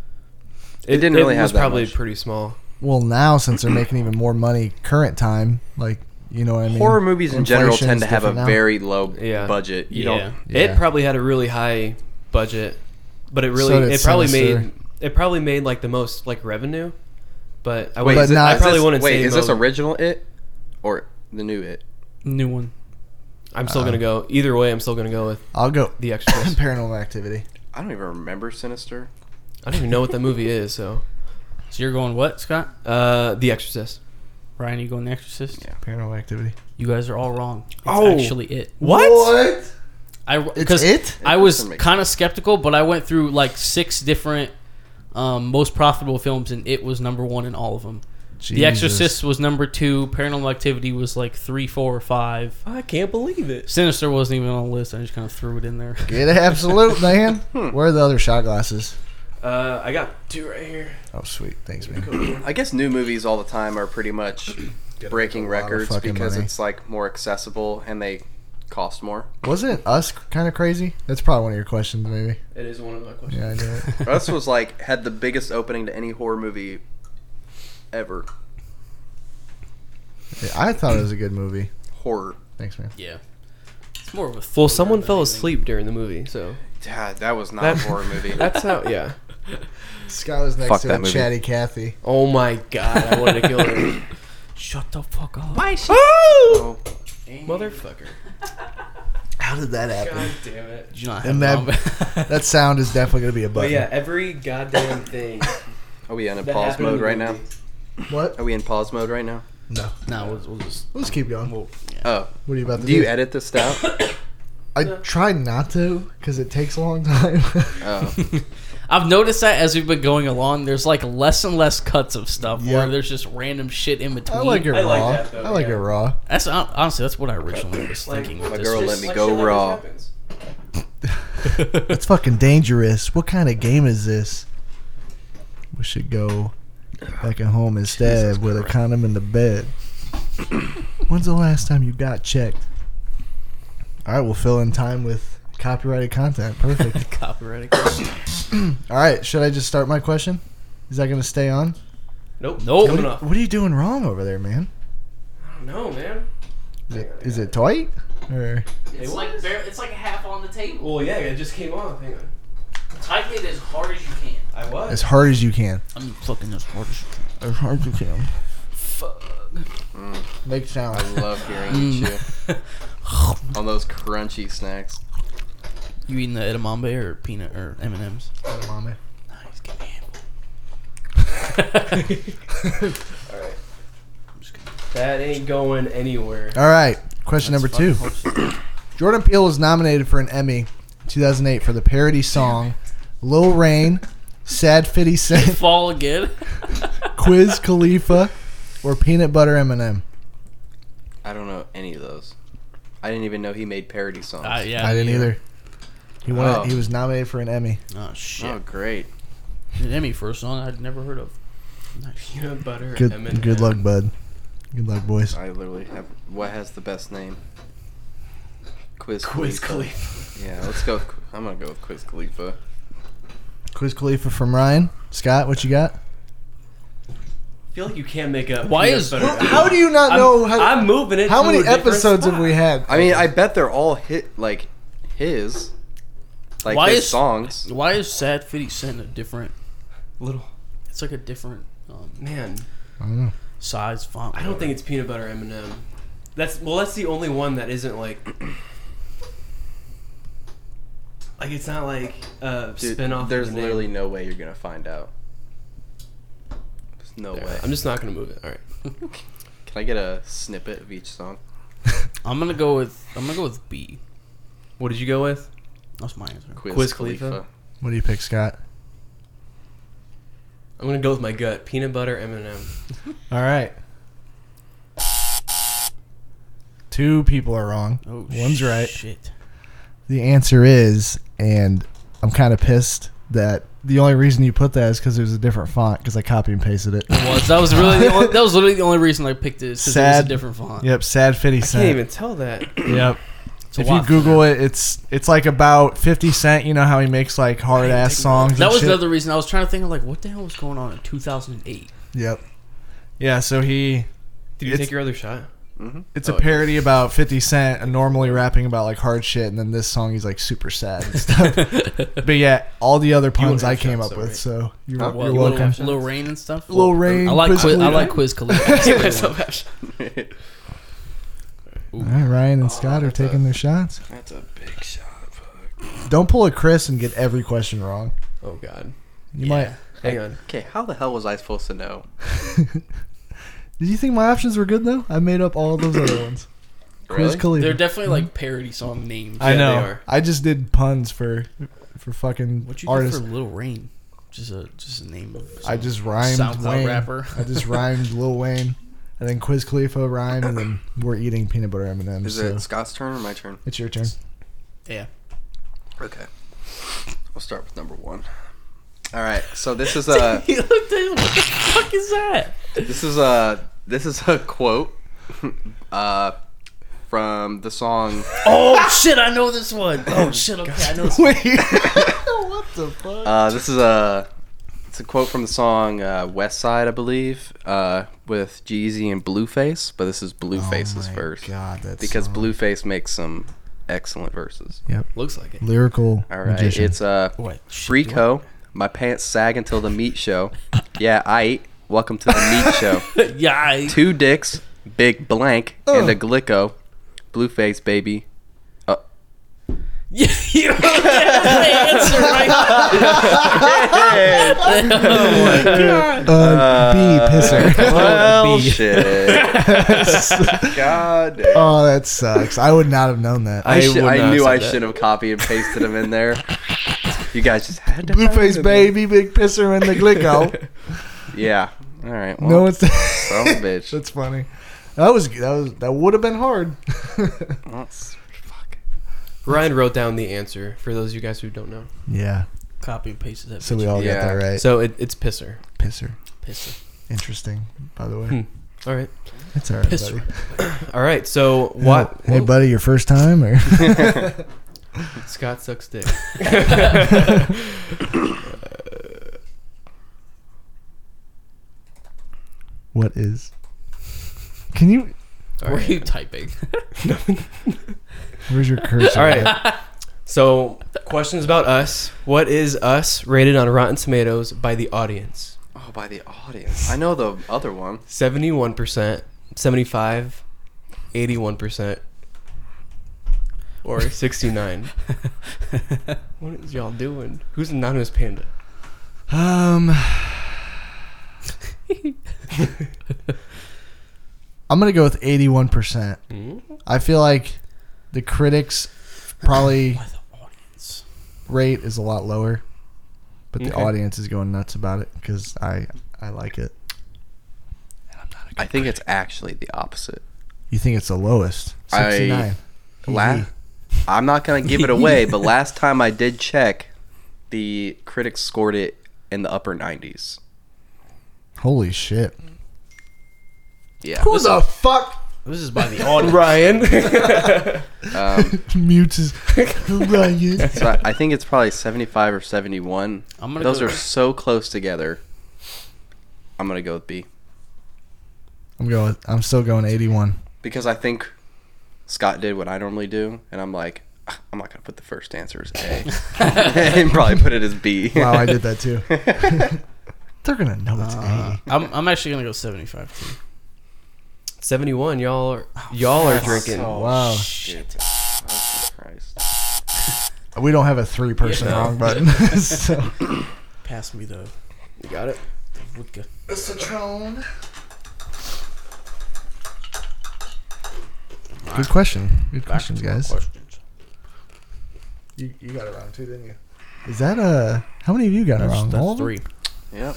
S5: it,
S1: didn't
S5: it
S1: really have
S5: was
S1: that
S5: probably
S1: much.
S5: pretty small.
S3: Well, now since they're making even more money current time, like You know what I mean?
S1: Horror movies in general tend
S3: Inflation's
S1: to have a
S3: different now.
S1: very low
S5: Yeah.
S1: budget. You
S5: yeah.
S1: don't.
S5: It
S3: Yeah.
S5: probably had a really high budget, but it really
S3: So did
S5: it probably
S3: Sinister.
S5: made it probably made like the most like revenue. But I
S1: Wait,
S5: wouldn't-
S1: is it-
S3: not-
S5: I
S1: is
S5: probably
S1: this,
S5: wouldn't
S1: wait,
S5: say
S1: is this
S5: mo-
S1: original it or the new it?
S2: New one.
S5: I'm still gonna
S1: Uh.
S5: go either way. I'm still gonna go with
S3: I'll go
S5: the extras.
S3: Paranormal Activity.
S1: I don't even remember Sinister.
S5: I don't even know what that movie is. So,
S2: So you're going what, Scott?
S5: uh, The Exorcist.
S2: Ryan, you going The Exorcist?
S1: Yeah.
S3: Paranormal Activity.
S2: You guys are all wrong. It's
S5: Oh.
S2: actually it.
S5: What?
S2: I
S3: It's
S2: because
S3: it.
S2: I was
S1: doesn't make
S2: kind of skeptical, but I went through like six different um, most profitable films, and it was number one in all of them. The
S3: Jesus.
S2: Exorcist was number two. Paranormal Activity was like three, four, or five.
S5: Oh, I can't believe it.
S2: Sinister wasn't even on the list. I just kind of threw it in there.
S3: Get absolute, [LAUGHS] man. Where are the other shot glasses?
S5: Uh, I got two right here.
S3: Oh, sweet. Thanks, man.
S1: I guess new movies all the time are pretty much breaking
S3: lot of
S1: records
S3: fucking
S1: because
S3: money.
S1: it's like more accessible and they cost more.
S3: Wasn't us kind of crazy? That's probably one of your questions, maybe.
S5: It is one of my questions.
S3: Yeah, I knew it. [LAUGHS]
S1: Us was like had the biggest opening to any horror movie ever.
S3: Yeah, I thought it was a good movie.
S1: Horror.
S3: Thanks, man.
S2: Yeah, it's more of a.
S5: Well,
S2: thriller
S5: someone
S2: than
S5: fell
S2: anything.
S5: asleep during the movie, so
S1: Yeah, that was not
S5: That-
S1: a horror movie.
S5: that's how. Yeah.
S3: Scott was next
S1: Fuck
S3: to
S1: that
S3: a
S1: movie.
S3: chatty Cathy.
S5: Oh my god, I wanted to kill her. [LAUGHS]
S2: Shut the fuck up.
S5: oh,
S1: Oh,
S5: motherfucker!
S3: How did that happen?
S5: God damn it.
S2: Did you not have
S3: And
S2: that, [LAUGHS]
S3: That sound is definitely gonna be a
S5: But
S3: button. [LAUGHS]
S5: yeah, every goddamn thing.
S1: are we in a
S5: that
S1: pause
S5: happened in
S1: mode
S5: the
S1: right now?
S5: movie.
S3: What?
S1: Are we in pause mode right now?
S3: Oh, No.
S2: No, we'll, we'll just. [LAUGHS]
S3: Let's keep going.
S1: Oh,
S3: What are you about to
S1: do
S3: do?
S1: you edit this out?
S3: I try not to because it takes a long time. [LAUGHS]
S1: Oh,
S2: I've noticed that as we've been going along, there's like less and less cuts of stuff where
S3: Yep.
S2: there's just random shit in between.
S3: I like it
S5: I
S3: raw.
S5: like that, though,
S3: I like
S5: yeah.
S3: it raw.
S2: That's hon- honestly that's what I originally was thinking. with
S1: my
S2: this.
S1: girl let
S2: [LAUGHS]
S1: me go raw.
S3: It's fucking dangerous. What kind of game is this? We should go back at home instead with a condom in the bed. When's the last time you got checked? All right, we'll fill in time with copyrighted content.
S5: [LAUGHS]
S3: Perfect.
S2: Copyrighted.
S3: All right, should I just start my question? Is that going to stay on?
S5: Nope.
S2: Nope.
S5: Coming
S3: What
S5: off.
S3: are you doing wrong over there, man?
S5: No, man.
S3: Is it, is it tight? Or
S5: It's like
S2: it's like half on the table.
S5: Well, yeah, it just came off. Hang on.
S2: Tighten it as hard as you can.
S5: I was.
S3: as hard as you can.
S2: I'm fucking as hard as you
S3: As hard as you can.
S2: can.
S3: Make sound.
S1: I love hearing you chew
S5: Mm. [LAUGHS]
S1: on those crunchy snacks.
S2: You eating the edamame or peanut or M and M's?
S3: Mama.
S2: Nice, give me a handful.
S5: [LAUGHS] All right. That ain't going anywhere.
S3: [LAUGHS] All right, question number two. Jordan Peele was nominated for an Emmy in 2008 for the parody song "Lil Rain," "Sad 50
S5: [LAUGHS]
S3: Cent,"
S2: [LAUGHS] Fall again. [LAUGHS]
S3: "Quiz Khalifa," or "Peanut Butter M&M."
S1: I don't know any of those. I didn't even know he made parody songs.
S5: Ah,
S2: Uh, yeah,
S3: I didn't
S2: me
S3: either. He won.
S1: Oh.
S3: He was nominated for an Emmy.
S2: Oh shit!
S1: Oh, great.
S2: An Emmy for a song I'd never heard of. Nice.
S5: Peanut butter.
S3: Good.
S5: M&M.
S3: Good luck, bud. Good luck, boys.
S1: I literally have. What has the best name? Quiz.
S5: Quiz
S1: Khalifa.
S5: Khalifa.
S1: Yeah, let's go. with- I'm gonna go with Quiz Khalifa.
S3: Quiz Khalifa from Ryan. Scott, what you got?
S5: I feel like you can't make up.
S2: Why
S5: peanut
S2: is-
S5: butter.
S3: How do you not
S5: I'm,
S3: know? How,
S5: I'm moving it.
S3: how
S5: to a
S3: many
S5: different
S3: episodes have
S5: spot.
S3: we had?
S1: I mean, I bet they're all hit like his, like
S2: Why
S1: his
S2: is-
S1: songs.
S2: Why is Sad Fifty Cent a different?
S5: Little
S2: It's like a different um,
S5: man.
S3: I don't know.
S2: size font.
S5: I don't think it's peanut butter M and M. That's well, that's the only one that isn't like. [CLEARS THROAT] Like it's not like a
S1: Dude,
S5: spinoff. of
S1: there's
S5: the name.
S1: literally no way you're gonna find out. There's no
S5: All
S1: way.
S5: right, I'm just not gonna move it. All right.
S1: Can I get a snippet of each song?
S2: I'm gonna go with I'm gonna go with B.
S5: What did you go with?
S2: That's my answer.
S5: Quiz Khalifa?
S3: What do you pick, Scott?
S5: I'm gonna go with my gut. Peanut butter M and M.
S3: All right. Two people are wrong.
S2: Oh,
S3: One's right.
S2: Shit.
S3: The answer is, and I'm kind of pissed that the only reason you put that is because it was a different font because I copy and pasted it.
S2: Was that was really
S3: [LAUGHS]
S2: the only, that was literally the only reason I picked it is because it was a
S3: Sad.
S2: different font.
S3: yep, sad 50
S5: I
S3: cent.
S5: can't even
S1: [CLEARS THROAT]
S5: tell that.
S3: Yep.
S2: It's a
S3: If you
S2: lot.
S3: Google it, it's it's like about 50 cent. You know how he makes like hard ass songs.
S2: That
S3: and
S2: was
S3: shit?
S2: another reason I was trying to think of like what the hell was going on in 2008.
S3: [LAUGHS] Yep. Yeah. So he.
S5: Did you
S3: It's-
S5: take your other shot?
S3: It's a parody about 50 Cent normally rapping about like hard shit, and then this song he's like super sad and stuff. but yeah, all the other puns
S5: have
S3: I came
S5: shots,
S3: up
S5: though,
S3: with,
S5: right?
S3: so you're,
S1: Oh,
S2: What,
S3: you're
S2: Lil-
S3: welcome.
S2: Lil Rain and stuff.
S3: Lil Rain,
S2: I like
S3: Wiz
S2: Quiz, I
S3: Khalifa.
S2: like Quiz Khalifa.
S3: [LAUGHS]
S5: That's so bad.
S3: All right, Ryan and Scott are taking their shots.
S1: [LAUGHS] That's a big shot.
S3: Don't pull a Chris and get every question wrong.
S5: Oh god.
S3: You might.
S5: Hang on.
S1: Okay, how the hell was I supposed to know?
S3: Did you think my options were good though? I made up all those other ones. Quiz
S1: Really?
S3: Khalifa.
S2: They're
S3: [LAUGHS]
S2: definitely like parody song names.
S3: I
S5: Yeah,
S3: know.
S5: they are.
S3: I just did puns for for fucking
S2: What you do
S3: artists.
S2: for Lil Rain? Just a just a name. Of
S3: I just rhymed
S2: SoundCloud
S3: Wayne.
S2: rapper.
S3: I just rhymed Lil Wayne, and then Quiz Khalifa rhymed, and then we're eating peanut butter M and M's.
S1: Is
S3: So
S1: it Scott's turn or my turn?
S3: it's your turn.
S2: yeah.
S1: Okay. We'll start with number one. All right. So this is a
S3: uh, [LAUGHS]
S1: [LAUGHS]
S2: [LAUGHS] he looked at him. What the fuck is that?
S1: this is a this is a quote [LAUGHS] uh, from the song
S2: Oh [LAUGHS] shit! I know this one. Oh shit! Okay, I know this.
S3: [LAUGHS]
S2: One.
S1: [LAUGHS]
S3: Wait, what the fuck?
S1: Uh, this is a it's a quote from the song uh, West Side, I believe, uh, with Jeezy and Blueface. But this is Blueface's
S3: Oh my
S1: verse
S3: God, that's
S1: because Blueface makes some excellent verses.
S5: Looks like it.
S3: lyrical
S1: All right,
S3: magician.
S1: it's uh,
S2: What? [LAUGHS] Shit,
S1: Freako. My pants sag until the meat show. [LAUGHS] Yeah, I eat. Welcome to the meat show.
S2: what? Yeah. I,
S1: Two dicks, big blank, and a
S3: Ugh.
S1: glicko. Blueface baby.
S2: yeah. [LAUGHS] You don't get the
S1: [LAUGHS]
S2: answer
S3: [LAUGHS]
S2: right. oh my god.
S3: uh, B pisser.
S1: [LAUGHS] Well, shit. God damn.
S3: oh, that sucks. I would not have known that.
S1: [LAUGHS] I, should-
S5: would not
S1: I
S5: have
S1: knew
S5: said
S1: I
S5: that.
S1: should have copied and pasted them in there. You guys just had to.
S3: Blueface
S1: find them.
S3: baby, big pisser,
S1: [LAUGHS]
S3: and the glicko.
S1: Yeah. All right. Well,
S3: [LAUGHS] no, it's
S1: Oh, son of a bitch.
S3: that's funny. That was that was that would have been hard. [LAUGHS]
S1: That's-
S5: Ryan wrote down the answer for those of you guys who don't know.
S3: yeah,
S2: Copy and paste that.
S3: so we
S2: bitch.
S3: all
S1: Yeah.
S3: got that right.
S5: So it, it's pisser.
S3: pisser,
S2: Pisser.
S3: interesting. By the
S5: Hmm.
S3: way,
S5: All right.
S3: that's all right,
S2: Pisser.
S3: buddy.
S5: All right. So what?
S3: Hey,
S5: Whoa.
S3: buddy, your first time or [LAUGHS]
S5: Scott sucks
S1: [LAUGHS]
S5: dick.
S3: what is? Can you?
S5: All
S2: Were you
S5: right.
S2: typing?
S5: [LAUGHS]
S1: [LAUGHS]
S3: Where's your cursor?
S5: All right. So questions about us. What is us rated on Rotten Tomatoes by the audience?
S1: oh, by the audience. I know the other one.
S5: 71%, 75, 81%, or 69. what is y'all doing? Who's anonymous panda?
S3: Um, I'm gonna go with 81. percent I feel like the critics probably
S2: By the audience.
S3: rate is a lot lower, but the
S5: Okay.
S3: audience is going nuts about it because I I like it.
S1: I think it's actually the opposite.
S3: You think it's the lowest?
S1: I-
S3: 69.
S1: La-
S3: Mhm.
S1: I'm not gonna
S3: [LAUGHS]
S1: give it away, but last time I did check, the critics scored it in the upper 90s.
S3: Holy shit! [LAUGHS]
S1: Yeah.
S3: Who the fuck
S2: This is by the audience.
S5: Ryan.
S1: Um,
S3: mutes his Ryan?
S1: so
S3: [LAUGHS]
S1: I, I think it's probably 75 or 71.
S2: I'm gonna
S1: Those
S2: go-
S1: are so close together. I'm gonna go with B.
S3: I'm going. I'm still going 81.
S1: because I think Scott did what I normally do, and I'm like, "Ah, I'm not gonna put the first answer as A, [LAUGHS]
S3: [LAUGHS]
S1: and probably put it as B.
S3: Wow, I did that too.
S1: [LAUGHS]
S3: They're gonna know it's
S2: Uh, I'm, I'm actually gonna go 75 too.
S5: 71. Y'all are y'all are drinking.
S3: A. Oh, Wow,
S1: Shit. Oh, Christ.
S3: we don't have a three-person
S2: Yeah.
S3: wrong
S2: [LAUGHS]
S3: button. [LAUGHS] so.
S2: Pass me the
S5: You got it.
S2: vodka.
S3: Good question. Good questions,
S2: to my
S3: guys.
S2: Questions.
S3: You, you got it wrong too, didn't you? Is that uh How many of you got it wrong? All
S2: That's
S3: of them?
S2: three.
S1: Yep.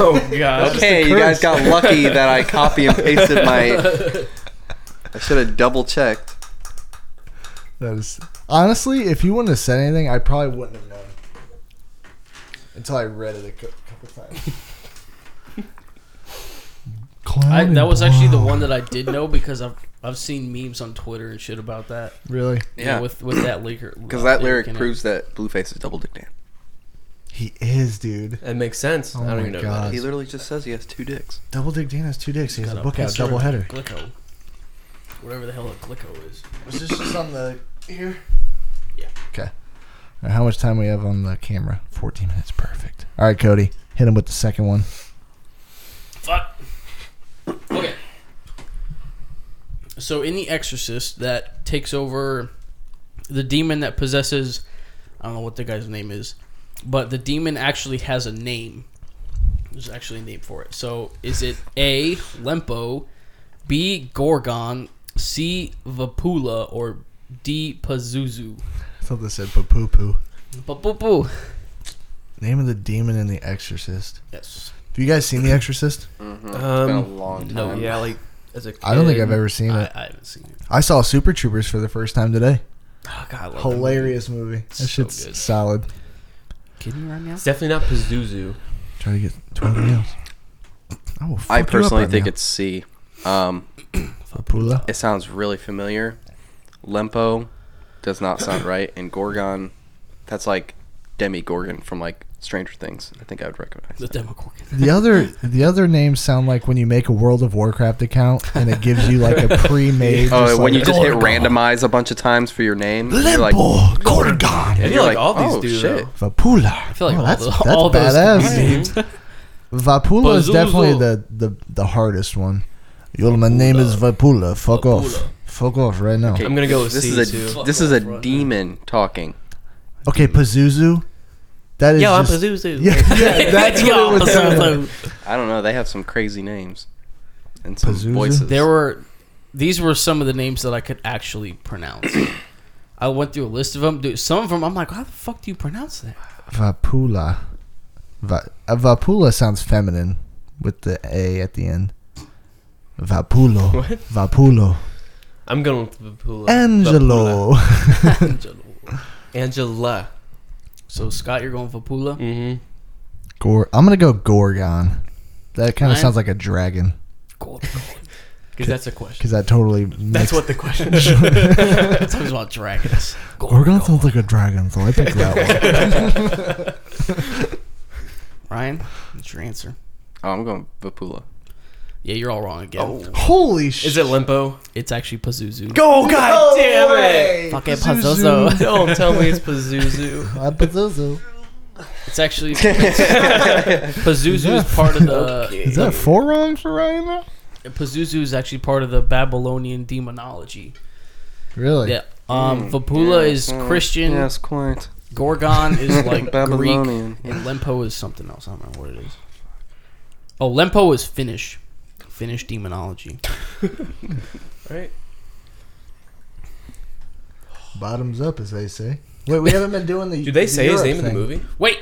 S5: Oh god.
S1: Okay, you guys got lucky that I copy and pasted my. I should have double checked.
S3: That is honestly, if you wouldn't have said anything, I probably wouldn't have known until I read it a cou- couple
S2: [LAUGHS]
S3: times. Clown
S2: I,
S3: and
S2: that was actually the
S3: blow.
S2: one that I did know because I've I've seen memes on Twitter and shit about that.
S3: Really,
S2: you know, with with that lyric
S1: [CLEARS THROAT] because that lyric
S2: in it.
S1: proves that Blueface is double dick Dan.
S3: he is, dude.
S5: That makes sense.
S3: Oh
S5: I don't
S3: my
S5: even know who
S3: God.
S5: that.
S1: He literally just says he has two dicks.
S3: Double Dick Dan has two dicks. He has
S2: Got
S3: a book out,
S2: pisser
S3: double
S2: and
S3: header.
S2: Glicko. whatever the hell a Glico is.
S3: Was this just on the here?
S2: Yeah.
S3: Okay. Now, how much time we have on the camera? 14 minutes. Perfect. All right, Cody. Hit him with the second one.
S2: Fuck. Okay. So in The Exorcist, that takes over the demon that possesses. I don't know what the guy's name is, but the demon actually has a name. There's actually a name for it. So is it A. Lempo, B. Gorgon, C. Vapula, or D. Pazuzu?
S3: I thought this said poo poo.
S2: Ba-boo-boo.
S3: Name of the demon in The Exorcist.
S2: Yes.
S3: Have you guys seen [CLEARS THROAT] The Exorcist?
S1: It's been a
S5: Um,
S1: long time.
S2: no,
S5: yeah, like as a kid,
S3: I don't think I've ever seen
S2: I,
S3: it.
S2: I haven't seen it.
S3: I saw Super Troopers for the first time today.
S2: Oh, God, I love that movie.
S3: Hilarious movie. That
S2: So
S3: shit's
S2: good.
S3: solid.
S2: Kidding me right now?
S5: It's definitely not Pazuzu.
S3: Try to get 12 nails. [CLEARS THROAT] I will fuck
S1: I
S3: you up
S1: personally
S3: right
S1: think
S3: now.
S1: it's C. Um,
S3: Papula.
S1: it sounds really familiar. Lempo does not sound right, and Gorgon, that's like Demi Gorgon from like Stranger Things. I think I would recognize.
S2: The
S1: that.
S2: Demogorgon.
S3: The other the other names sound like when you make a World of Warcraft account and it gives you like
S1: [LAUGHS]
S3: a pre-made.
S1: Oh,
S3: just
S1: when
S3: like-
S1: you just hit randomize a bunch of times for your name, and you're like,
S3: Limbo, Gorgon,
S1: and
S5: Yeah,
S1: you're
S5: like
S1: like,
S5: all these
S1: oh,
S5: do,
S1: shit.
S5: though.
S3: Vapula. I
S2: feel like all
S3: that's,
S2: the-
S3: that's
S2: all those
S3: badass.
S2: could be
S3: dude. Vapula is
S2: Pazuzu.
S3: definitely the, the, the hardest one. Yo, my name is Vapula. Fuck off.
S2: Vapula.
S3: Fuck off right now.
S5: I'm gonna go with
S1: this
S5: C
S1: is a
S5: too.
S1: this is a demon talking.
S3: Okay, Pazuzu. That is
S2: Yo, I'm
S3: just-
S2: Pazuzu.
S3: [LAUGHS] Yeah, yeah, that's what
S2: Yo,
S3: it was
S2: Pazuzu.
S3: sound
S1: I don't know. They have some crazy names and some
S3: Pazuzu?
S1: voices.
S2: There were these were some of the names that I could actually
S5: [CLEARS THROAT]
S2: pronounce. I went through a list of them. Dude, some of them I'm like, how the fuck do you pronounce that?
S3: Vapula. Va- uh, Vapula sounds feminine with the A at the end. Vapulo.
S5: [LAUGHS] What?
S3: Vapulo.
S5: I'm going with Vapula. Vapula.
S3: Angelo.
S5: Angela.
S2: so Scott, you're going for Pula.
S5: Mm-hmm.
S3: Gor- I'm going to go Gorgon. That kind of
S2: Mine?
S3: sounds like a dragon
S2: Gold.
S5: Because that's a question.
S3: because that totally. Makes-
S5: That's what the question. is.
S2: Talking about dragons. Gold.
S3: Gorgon sounds like a dragon, so I picked
S5: [LAUGHS]
S3: that one.
S2: Ryan, what's your answer?
S1: Oh, I'm going Vapula.
S2: Yeah, you're all wrong again.
S3: Holy shit.
S5: Is it Limpo?
S2: It's actually Pazuzu.
S5: Oh. Go! God damn it!
S2: Fucking Pazuzu.
S5: [LAUGHS] Don't tell me it's Pazuzu.
S3: Pazuzu.
S2: It's
S5: [LAUGHS]
S2: actually [LAUGHS] Pazuzu is part of the
S3: Is that four wrongs for Ryan now?
S2: Pazuzu is actually part of the Babylonian demonology.
S3: Really?
S2: Yeah.
S5: Mm.
S2: Um, Vapula is Christian.
S1: Yes, quite.
S2: Gorgon is like Greek,
S1: Babylonian.
S2: and Lempo is something else. I don't remember what it is. Oh, Lempo is Finnish, Finnish demonology.
S5: Right?
S3: Bottoms up, as they say. Wait, we haven't been doing the.
S5: [LAUGHS] Do they
S3: the
S5: say his
S3: Europe
S5: name in the
S3: thing.
S5: movie?
S2: Wait,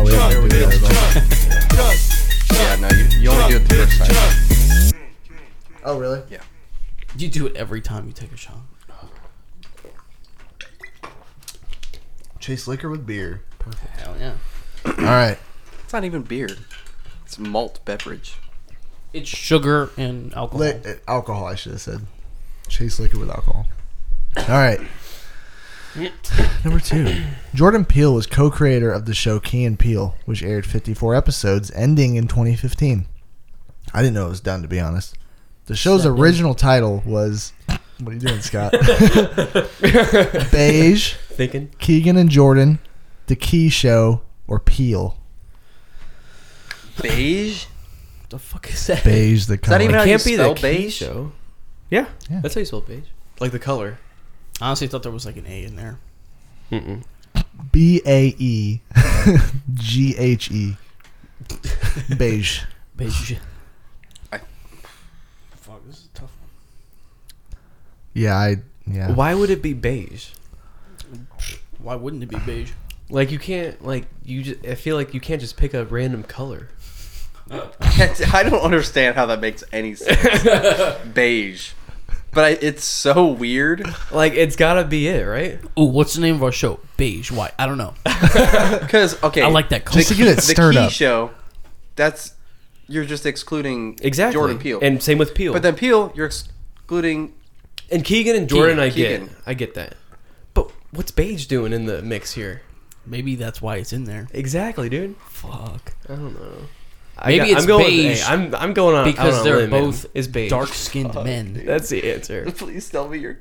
S3: Oh, we haven't done that.
S1: Yeah, no, you, you only do it the first time.
S3: Oh, really?
S2: you do it every time you take a shot.
S3: Chase liquor with beer.
S2: Hell yeah!
S3: All right.
S1: It's not even beer. It's malt beverage.
S2: It's sugar and alcohol.
S3: Li- uh, alcohol, I should have said. Chase liquor with alcohol. All
S2: [COUGHS]
S3: right. Number two. Jordan Peele was co creator of the show Key and Peele, which aired 54 episodes, ending in 2015. I didn't know it was done, to be honest. The show's
S2: Second.
S3: original title was. What are you doing,
S2: [LAUGHS]
S3: Scott? [LAUGHS] Beige,
S5: Thinking.
S3: Keegan and Jordan, The Key Show, or Peele.
S1: Beige?
S2: the fuck is that?
S3: Beige, the color.
S1: that even- How you
S5: Can't be the
S1: spell
S5: key
S1: beige? [LAUGHS]
S5: show. Yeah.
S3: Yeah.
S5: That's how you spell beige. Like the color.
S2: I honestly thought there was like an A in there.
S5: Mm-mm.
S3: B A E [LAUGHS] G H E. Beige.
S2: Beige.
S1: I-
S2: Fuck, this is a tough one.
S3: Yeah, I yeah.
S5: Why would it be beige?
S2: Why wouldn't it be beige?
S5: Like you can't like you. Just, I feel like you can't just pick a random color.
S1: I don't understand how that makes any sense. Beige. But I, it's so weird.
S5: Like it's gotta be it, right?
S2: Oh, what's the name of our show? Beige. Why? I don't know.
S1: Because, okay.
S2: I like that color.
S3: Just to get
S1: [LAUGHS]
S3: it
S1: the
S3: stirred
S1: key
S3: up.
S1: show, that's. You're just excluding
S5: Exactly.
S1: Jordan Peele.
S5: And same with Peele.
S1: but then Peele, you're excluding. [LAUGHS]
S5: and Keegan and Jordan, I get.
S1: Keegan.
S5: I get that. But what's beige doing in the mix here?
S2: Maybe that's why it's in there.
S5: Exactly, dude.
S2: Fuck.
S5: I don't know. I
S2: Maybe it's
S5: I'm going
S2: beige
S5: With A. I'm I'm going on
S2: because
S5: out on a
S2: they're
S5: limb, man.
S2: both
S5: it's beige.
S2: Dark skinned men.
S5: [LAUGHS] That's the [LAUGHS] answer.
S1: Please tell me you're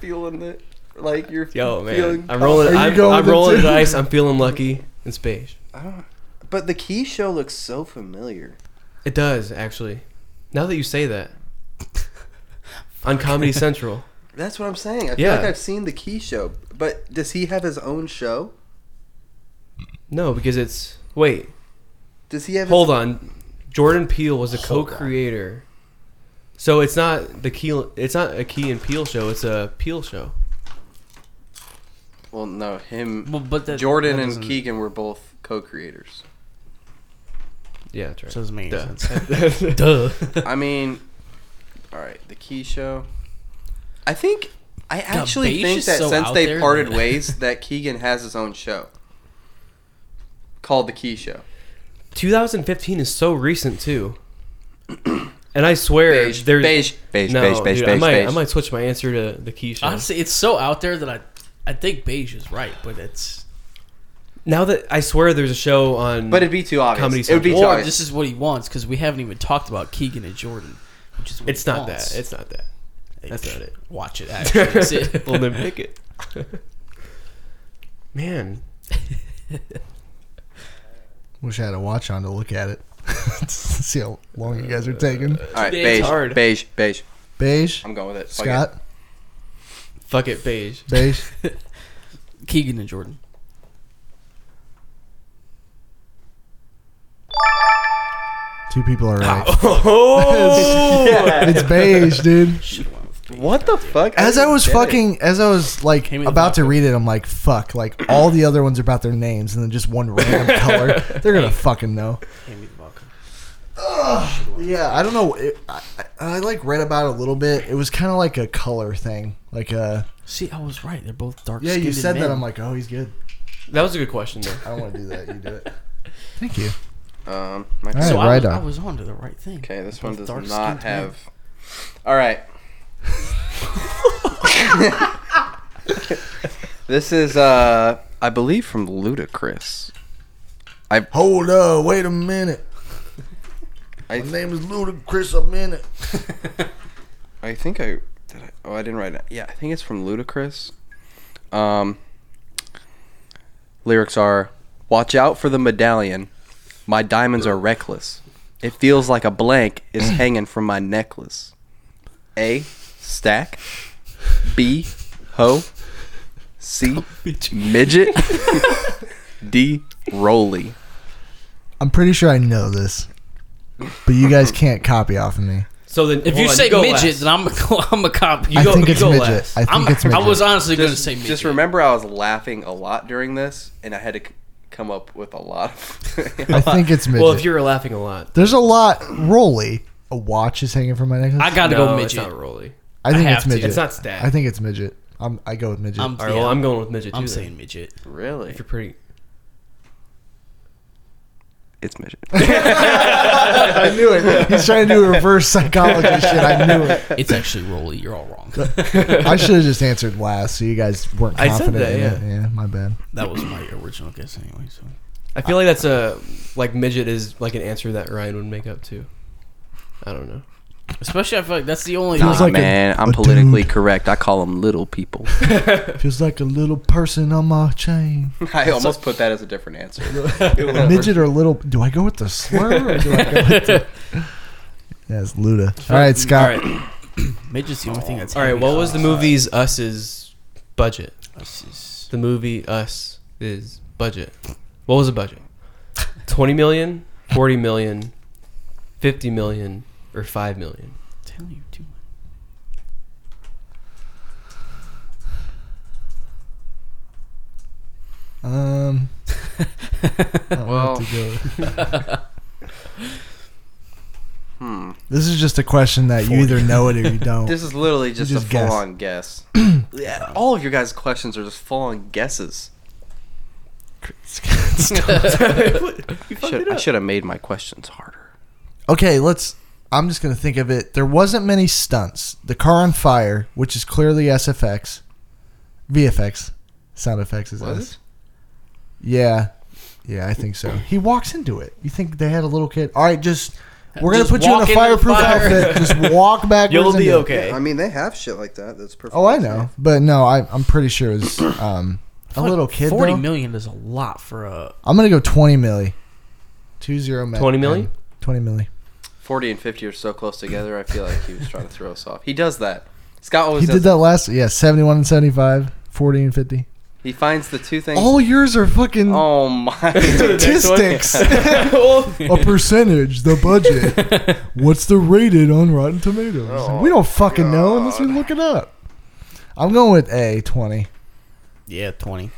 S1: feeling it. Like you're
S5: Yo man,
S1: feeling.
S5: I'm rolling.
S3: Are you
S5: I'm,
S3: going
S5: I'm
S3: with
S5: rolling
S3: it?
S5: the dice. I'm feeling lucky. It's beige.
S1: I don't. But the key show looks so familiar.
S5: It does actually. Now that you say that, [LAUGHS] on Comedy Central.
S1: That's what I'm saying. I feel
S5: Yeah.
S1: like I've seen the key show, but does he have his own show?
S5: No, because it's wait.
S1: Does he have?
S5: Hold on. Jordan Peele was a
S2: Hold on.
S5: co-creator. So it's not the Key. It's not a Key and Peele show. It's a Peele show.
S1: His, well, no, him.
S2: Well, but that,
S1: Jordan
S2: that
S1: and
S2: doesn't-
S1: Keegan were both co-creators.
S5: Yeah, that's right.
S2: doesn't make
S5: Duh.
S2: sense.
S5: [LAUGHS]
S2: Duh.
S1: I mean, all right, the Key Show. I think I actually
S2: beige
S1: think
S2: is
S1: that
S2: so
S1: since
S2: out
S1: they
S2: there,
S1: parted
S2: man.
S1: ways,
S5: [LAUGHS]
S1: that Keegan has his own show called the Key Show.
S5: 2015 is so recent too. And I swear,
S1: Beige,
S5: there's
S1: beige, beige,
S5: no,
S1: beige, beige,
S5: dude, I
S1: beige,
S5: might, I
S1: beige.
S5: might switch my answer to the Key show.
S2: Honestly, it's so out there that I, I think beige is right, but it's
S5: now that I swear, there's a show on.
S1: But it'd be too obvious.
S5: Comedy
S1: it would be too
S5: Central.
S2: or
S1: obvious.
S2: this is what he wants because we haven't even talked about Keegan and Jordan, which is what
S5: it's
S2: he
S5: not
S2: wants.
S5: that. It's not that. That's not it.
S2: Watch it. Actually, that's it.
S5: [LAUGHS] well, then pick it. Man,
S3: Wish I had a watch on to look at it. [LAUGHS] See how long you guys
S2: Uh,
S3: are taking.
S1: all right,
S5: it's
S1: beige,
S5: hard.
S1: beige, beige.
S3: Beige.
S1: I'm going with it. Fuck it.
S3: Scott.
S5: fuck it, beige.
S3: Beige.
S2: Keegan and Jordan.
S3: Two people are
S2: [LAUGHS]
S3: right. [LAUGHS]
S5: Oh,
S3: It's beige, dude.
S1: What the fuck?
S3: As I
S1: didn't
S3: was
S1: get
S3: fucking, as I was like
S2: Hand me the
S3: about to
S2: vodka.
S3: read it, I'm like, fuck. Like all the other ones are about their names, and then just [LAUGHS] one random color. They're gonna fucking know.
S2: Hand me the vodka.
S3: Yeah, I don't know. It, I, I, I like read about it a little bit. It was kind of like a color thing, like a
S2: See, I was right. They're both dark.
S3: yeah. You said that. I'm like, oh, he's good.
S5: that was a good question though.
S3: I don't want to do that. You do it. [LAUGHS] Thank you.
S1: it. Um, my
S3: All right,
S2: so I,
S3: right
S2: was, I
S3: on.
S2: was on to the right thing.
S1: Okay, this
S2: They're
S1: one
S2: both
S1: does
S2: dark-skinned
S1: not
S2: men.
S1: have. All right. [LAUGHS] this is, uh, I believe, from Ludacris.
S3: Hold up. Wait a [LAUGHS] minute.
S1: I
S3: My name is Ludacris. A minute.
S1: I think I did. I, oh, I didn't write it. Yeah, I think it's from Ludacris. Um, lyrics are: "Watch out for the medallion. My diamonds are reckless. It feels like a blank
S2: [CLEARS THROAT]
S1: is hanging from my necklace. A, stack. B, hoe. C, [LAUGHS]
S2: [LAUGHS]
S1: midget. D, roly.
S3: I'm pretty sure I know this, but you guys can't copy off of me.
S5: So then,
S2: If
S5: hold
S2: you
S5: on,
S2: say
S5: go
S2: midget,
S5: last.
S2: then I'm [LAUGHS] a co- I'm a cop.
S5: You
S3: I
S5: go-
S3: think
S5: you
S3: it's
S5: go
S3: midget.
S5: last.
S3: I think
S2: I'm,
S3: it's midget.
S2: I was honestly going to
S1: Just,
S2: say midget.
S1: just remember, I was laughing a lot during this, and I had to c- come up with a lot of.
S5: [LAUGHS]
S3: I think it's midget.
S5: Well, if you were laughing a lot,
S3: There's a lot. Rolly. A watch is hanging from my necklace.
S2: I got to
S5: no,
S2: go
S5: It's
S2: midget.
S5: not Rolly.
S3: I think
S2: I
S3: it's
S2: have to.
S3: midget.
S5: It's not stat.
S3: I think it's midget. I'm, I go with midget.
S2: I'm,
S5: All right,
S2: yeah,
S5: well, I'm going with midget. Too,
S2: I'm
S5: then.
S2: saying midget.
S1: really.
S5: if you're pretty.
S1: It's
S3: [LAUGHS]
S1: midget.
S3: I knew it.
S5: [LAUGHS]
S3: He's trying to do reverse psychology shit. I knew it.
S2: It's actually Rolly. You're all wrong.
S3: I should have just answered last, so you guys weren't
S5: I said
S3: confident.
S5: that,
S3: in it. yeah, my bad.
S2: that was my original guess anyway. So
S5: I feel like that's a like midget is like an answer that Ryan would make up too. I don't know.
S2: especially I feel like that's the only.
S1: Nah,
S3: Feels like a-
S1: man, i I'm
S3: a
S1: politically
S3: dude.
S1: correct. I call them little
S3: [LAUGHS]
S1: people.
S3: Feels like a little person on my
S5: [LAUGHS]
S3: chain.
S1: [LAUGHS] I almost put that as a different
S3: [LAUGHS]
S1: answer.
S3: midget or little? Do I go with the slur or do I go with
S5: [LAUGHS]
S3: the? Yeah, it's Luda. All right,
S5: All
S3: Scott.
S5: right,
S2: midget's the only thing that's.
S5: all right. What was the movie's Us's budget?
S2: This is-
S5: The movie Us is budget. What was the budget? 20 million, 40 million, 50 million, or 5 million?
S2: tell you too much.
S3: Um. I don't know
S1: Well.
S3: what to go with.
S2: [LAUGHS]
S1: Hmm.
S3: This is just a question that you either know it or you
S2: [LAUGHS]
S3: don't.
S1: This is literally just,
S3: just
S1: a
S3: guess.
S1: full-on
S3: [CLEARS THROAT]
S1: guess. yeah, all of your guys' questions are just full-on guesses. [LAUGHS]
S3: [LAUGHS]
S1: I should- I should have made my questions harder.
S3: okay, let's. I'm just gonna think of it. There wasn't many stunts. The car on fire, which is clearly SFX, VFX, sound effects is
S1: Was
S3: us.
S1: it?
S3: Yeah, Yeah, I think so. He walks into it. You think they had a little kid? All right, just we're gonna
S2: Just
S3: put you in a
S2: walk into the
S3: fireproof
S2: fire.
S3: outfit. Just walk back.
S2: [LAUGHS] You'll be
S3: into it.
S2: okay.
S1: I mean, they have shit like that. That's perfect.
S3: Oh, I know, but no, I, I'm pretty sure it's um, a little kid.
S2: Forty
S3: though.
S2: million is a lot for a.
S3: I'm gonna go twenty milli. Two zero. Matt
S5: 20
S3: Penn.
S5: milli?
S3: Twenty milli.
S1: Forty and fifty are so close together. I feel like he was trying to throw us off. He does that. Scott always
S3: He
S1: does
S3: did that last. Yeah, seventy-one and 75, 40 and fifty.
S1: He finds the two things.
S3: All yours are fucking
S1: oh [LAUGHS]
S3: [LAUGHS]
S1: my! [LAUGHS]
S3: statistics. a percentage, the budget. What's the rated on Rotten Tomatoes?
S1: Oh,
S3: we don't fucking know unless we look it up. I'm going with A twenty.
S2: Yeah, twenty.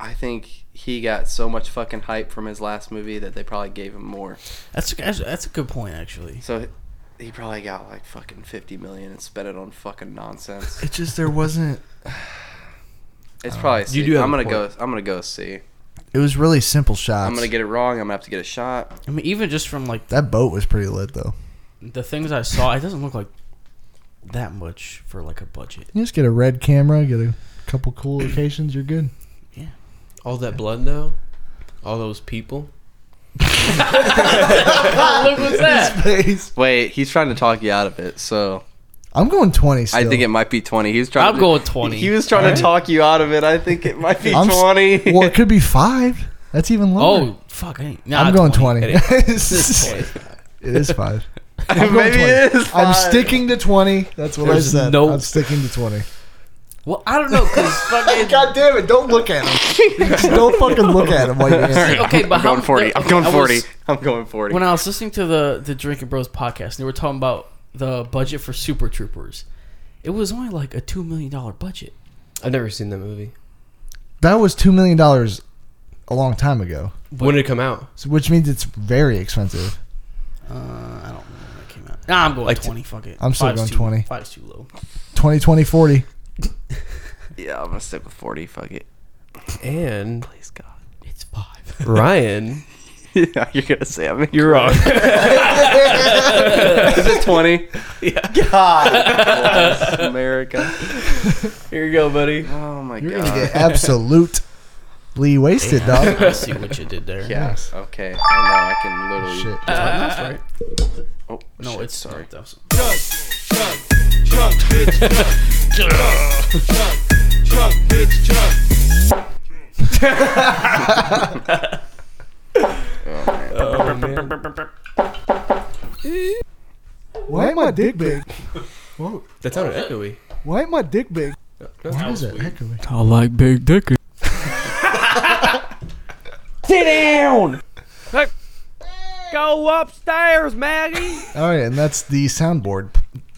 S1: I think he got so much fucking hype from his last movie that they probably gave him more.
S2: That's that's, that's a good point actually.
S1: So he probably got like fucking fifty million and spent it on fucking nonsense.
S3: It just there wasn't.
S1: It's probably a C.
S5: You do have
S1: I'm
S5: a
S1: gonna go. I'm gonna go C.
S3: It was really simple shots.
S1: I'm gonna get it wrong. I'm gonna have to get a shot.
S2: I mean, even just from like
S3: that boat was pretty lit though.
S2: the things I saw, it doesn't look like that much for like a budget.
S3: You just get a red camera, get a couple cool locations, you're good.
S5: All that blood though, all those people.
S2: [LAUGHS] Look what's that?
S1: Wait, he's trying to talk you out of it. So
S3: I'm going twenty.
S1: I
S3: Still.
S1: think it might be twenty. He's trying.
S2: I'll
S1: to,
S2: go with twenty.
S1: [LAUGHS] He was trying to talk you out of it. I think it might be
S3: I'm s-
S1: twenty. [LAUGHS]
S3: well, it could be five. That's even lower.
S2: Oh fuck! I ain't, nah,
S3: I'm going twenty.
S5: It
S3: [LAUGHS] it is five. I'm going
S1: Maybe it is.
S3: I'm
S1: five.
S3: sticking to twenty. That's what
S2: There's
S3: I said.
S2: no-
S3: I'm sticking to twenty.
S2: Well, I don't know [LAUGHS] because fucking.
S3: God damn it! Don't look at him. Just [LAUGHS] don't fucking look at him. While you answer.
S2: Okay, but
S1: I'm
S2: how-
S1: going forty. I'm
S2: okay,
S1: going
S2: I was-
S1: forty. I'm going forty.
S2: When I was listening to the the Drinking Bros podcast, and they were talking about the budget for Super Troopers, it was only like a two million dollar budget.
S5: I've never seen that movie.
S3: That was two million dollars a long time ago,
S5: when did it come out?
S3: so, which means it's very expensive.
S2: Uh, I don't remember when it came out. Nah, I'm going
S5: Like t-
S2: twenty. fuck it.
S3: I'm still
S2: Five's
S3: going
S2: too-
S3: 20.
S2: Five's too low.
S3: 20, 20, 40.
S1: yeah, I'm gonna stick with forty. Fuck it. [LAUGHS]
S5: And
S1: Please God.
S2: It's five.
S5: Ryan,
S1: Yeah, you're gonna say I'm.
S5: you're [LAUGHS] wrong.
S1: Is it twenty? Yeah. God. bless [LAUGHS] America.
S5: Here you go, buddy.
S1: Oh my
S3: You're
S1: god.
S3: gonna
S1: [LAUGHS]
S3: get absolutely wasted, dog.
S2: [LAUGHS] I see what you did there.
S1: yeah.
S3: Yes.
S1: Okay. I know. I can literally.
S3: Shit.
S2: that's right.
S1: Oh
S2: No,
S1: shit,
S2: it's
S1: sorry.
S2: sorry.
S3: Why ain't my dick big? Whoa.
S5: That sounded echoey.
S3: Why ain't my dick big?
S5: No,
S3: Why is it echoing?
S2: [LAUGHS] I like big dick.
S3: All right, and that's the soundboard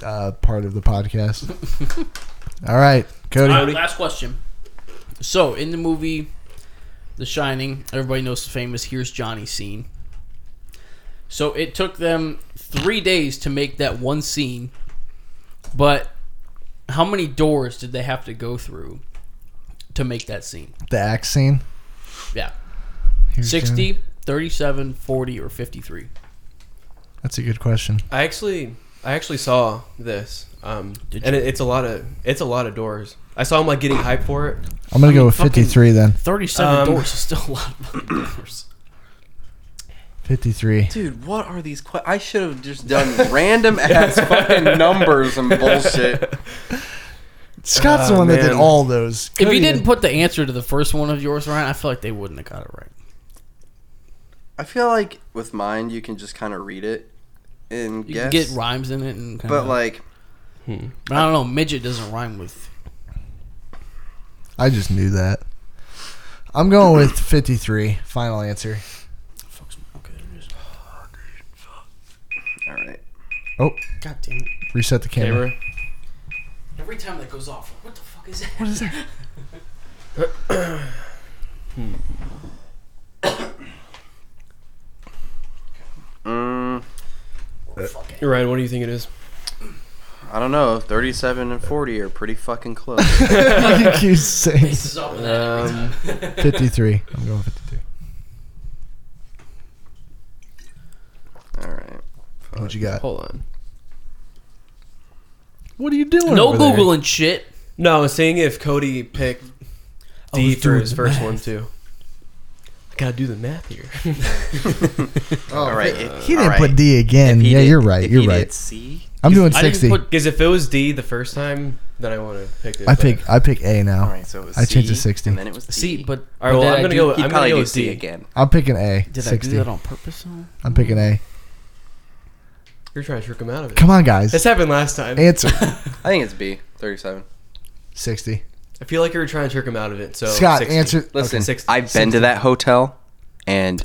S3: uh, part of the podcast. All right, Cody.
S2: All right, last question. So, in the movie The Shining, everybody knows the famous Here's Johnny scene. So, it took them three days to make that one scene, but how many doors did they have to go through to make that scene?
S3: The axe scene.
S2: Yeah.
S3: Here's
S2: 60, 37, 40, or 53?
S3: Jen. That's a good question.
S5: I actually, I actually saw this, um,
S2: Did
S5: and it, it's a lot of, it's a lot of doors. I saw him like getting hype for it.
S3: I'm gonna
S2: I mean,
S3: go with
S2: fucking-
S3: 53 then.
S2: 37
S5: Um,
S2: doors is still a lot of fucking doors.
S3: 53.
S1: Dude, what are these? Que- I should have just done random ass fucking numbers and bullshit.
S3: Scott's the
S5: Ah,
S3: one that did
S5: man.
S3: all those.
S2: If you
S3: Cody-
S2: didn't put the answer to the first one of yours, Ryan, I feel like they wouldn't have got it right.
S1: I feel like with mine, you can just kind of read it and
S2: You
S1: guess.
S2: can get rhymes in it, and kinda,
S1: But like,
S2: But I don't know. Midget doesn't rhyme with.
S3: I just knew that. I'm going with 53. Final answer.
S2: Fuck's okay. there it is.
S1: all right.
S3: Oh,
S2: God damn it!
S3: reset the camera.
S5: Camera.
S2: Every time that goes off, what the fuck is that?
S3: What is that?
S1: Mm,
S5: Ryan, what do you think it is?
S1: I don't know. Thirty-seven and forty are pretty fucking
S3: [LAUGHS]
S1: close.
S3: you keep saying
S2: [LAUGHS] This is all that every time.
S5: Um,
S3: 53. I'm going 53.
S1: all right.
S3: What you got?
S5: hold on.
S3: What are you doing?
S2: No
S3: over there?
S2: googling shit.
S5: No, I was seeing if Cody picked D
S2: was
S5: for
S2: doing
S5: his
S2: the
S5: first
S2: math.
S5: one too. gotta do the math here. [LAUGHS]
S1: all right.
S3: He didn't put D again. Yeah, you're right. You're right.
S1: C.
S3: I'm doing
S5: I didn't
S3: 60.
S5: put- Because if it was D the first time, then I want to pick it.
S3: I
S5: but-
S3: pick I pick A now.
S1: All right, so it was
S3: I changed to
S1: C,
S3: 60.
S1: and then it was D.
S2: See, but
S5: All right, well,
S2: did
S5: I'm
S2: I
S5: gonna
S2: do-
S5: go.
S1: He'd
S5: I'm gonna
S1: probably
S5: go
S1: do
S5: with
S1: C
S5: D
S1: again.
S3: I'm picking A.
S2: Did I
S3: 60.
S2: do that on purpose? though?
S3: I'm picking A.
S5: You're trying to trick him out of it.
S3: Come on, guys. [LAUGHS]
S5: This happened last time.
S3: Answer
S2: [LAUGHS]
S1: I think it's B. Thirty-seven.
S3: 60.
S5: I feel like you were trying to trick him out of it. So Oh,
S3: Scott,
S5: 60.
S3: answer.
S1: Listen,
S5: Okay, 60.
S1: I've been to that hotel,
S5: [LAUGHS]
S1: and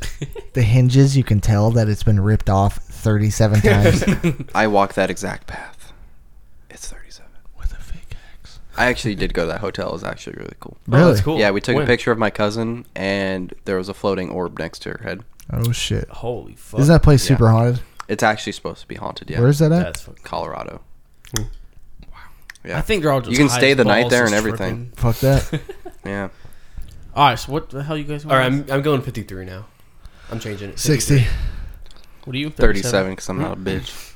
S3: The hinges, you can tell that it's been ripped off 37 times.
S1: I walk that exact path. It's thirty-seven.
S5: With a fake axe.
S1: I actually did go to that hotel. It was actually really cool.
S5: Oh,
S3: really?
S5: that's cool.
S1: Yeah, we took
S5: When?
S1: a picture of my cousin, and there was a floating orb next to her head.
S3: Oh, shit.
S2: Holy fuck!
S3: Isn't that place super haunted?
S1: It's actually supposed to be haunted. Yeah,
S3: Where's that at?
S2: That's fucking.
S1: Colorado?
S2: I think they're all just.
S1: You can
S2: high
S1: stay
S2: as
S1: the night
S2: balls,
S1: there
S2: just
S1: and everything.
S2: tripping.
S3: Fuck that.
S1: Yeah,
S2: All right. So what the hell you guys?
S5: All
S2: want?
S5: right, I'm, I'm going 53 now. I'm changing it.
S3: 60.
S2: What are you?
S1: thirty-seven. Because I'm not a
S5: [LAUGHS]
S1: bitch.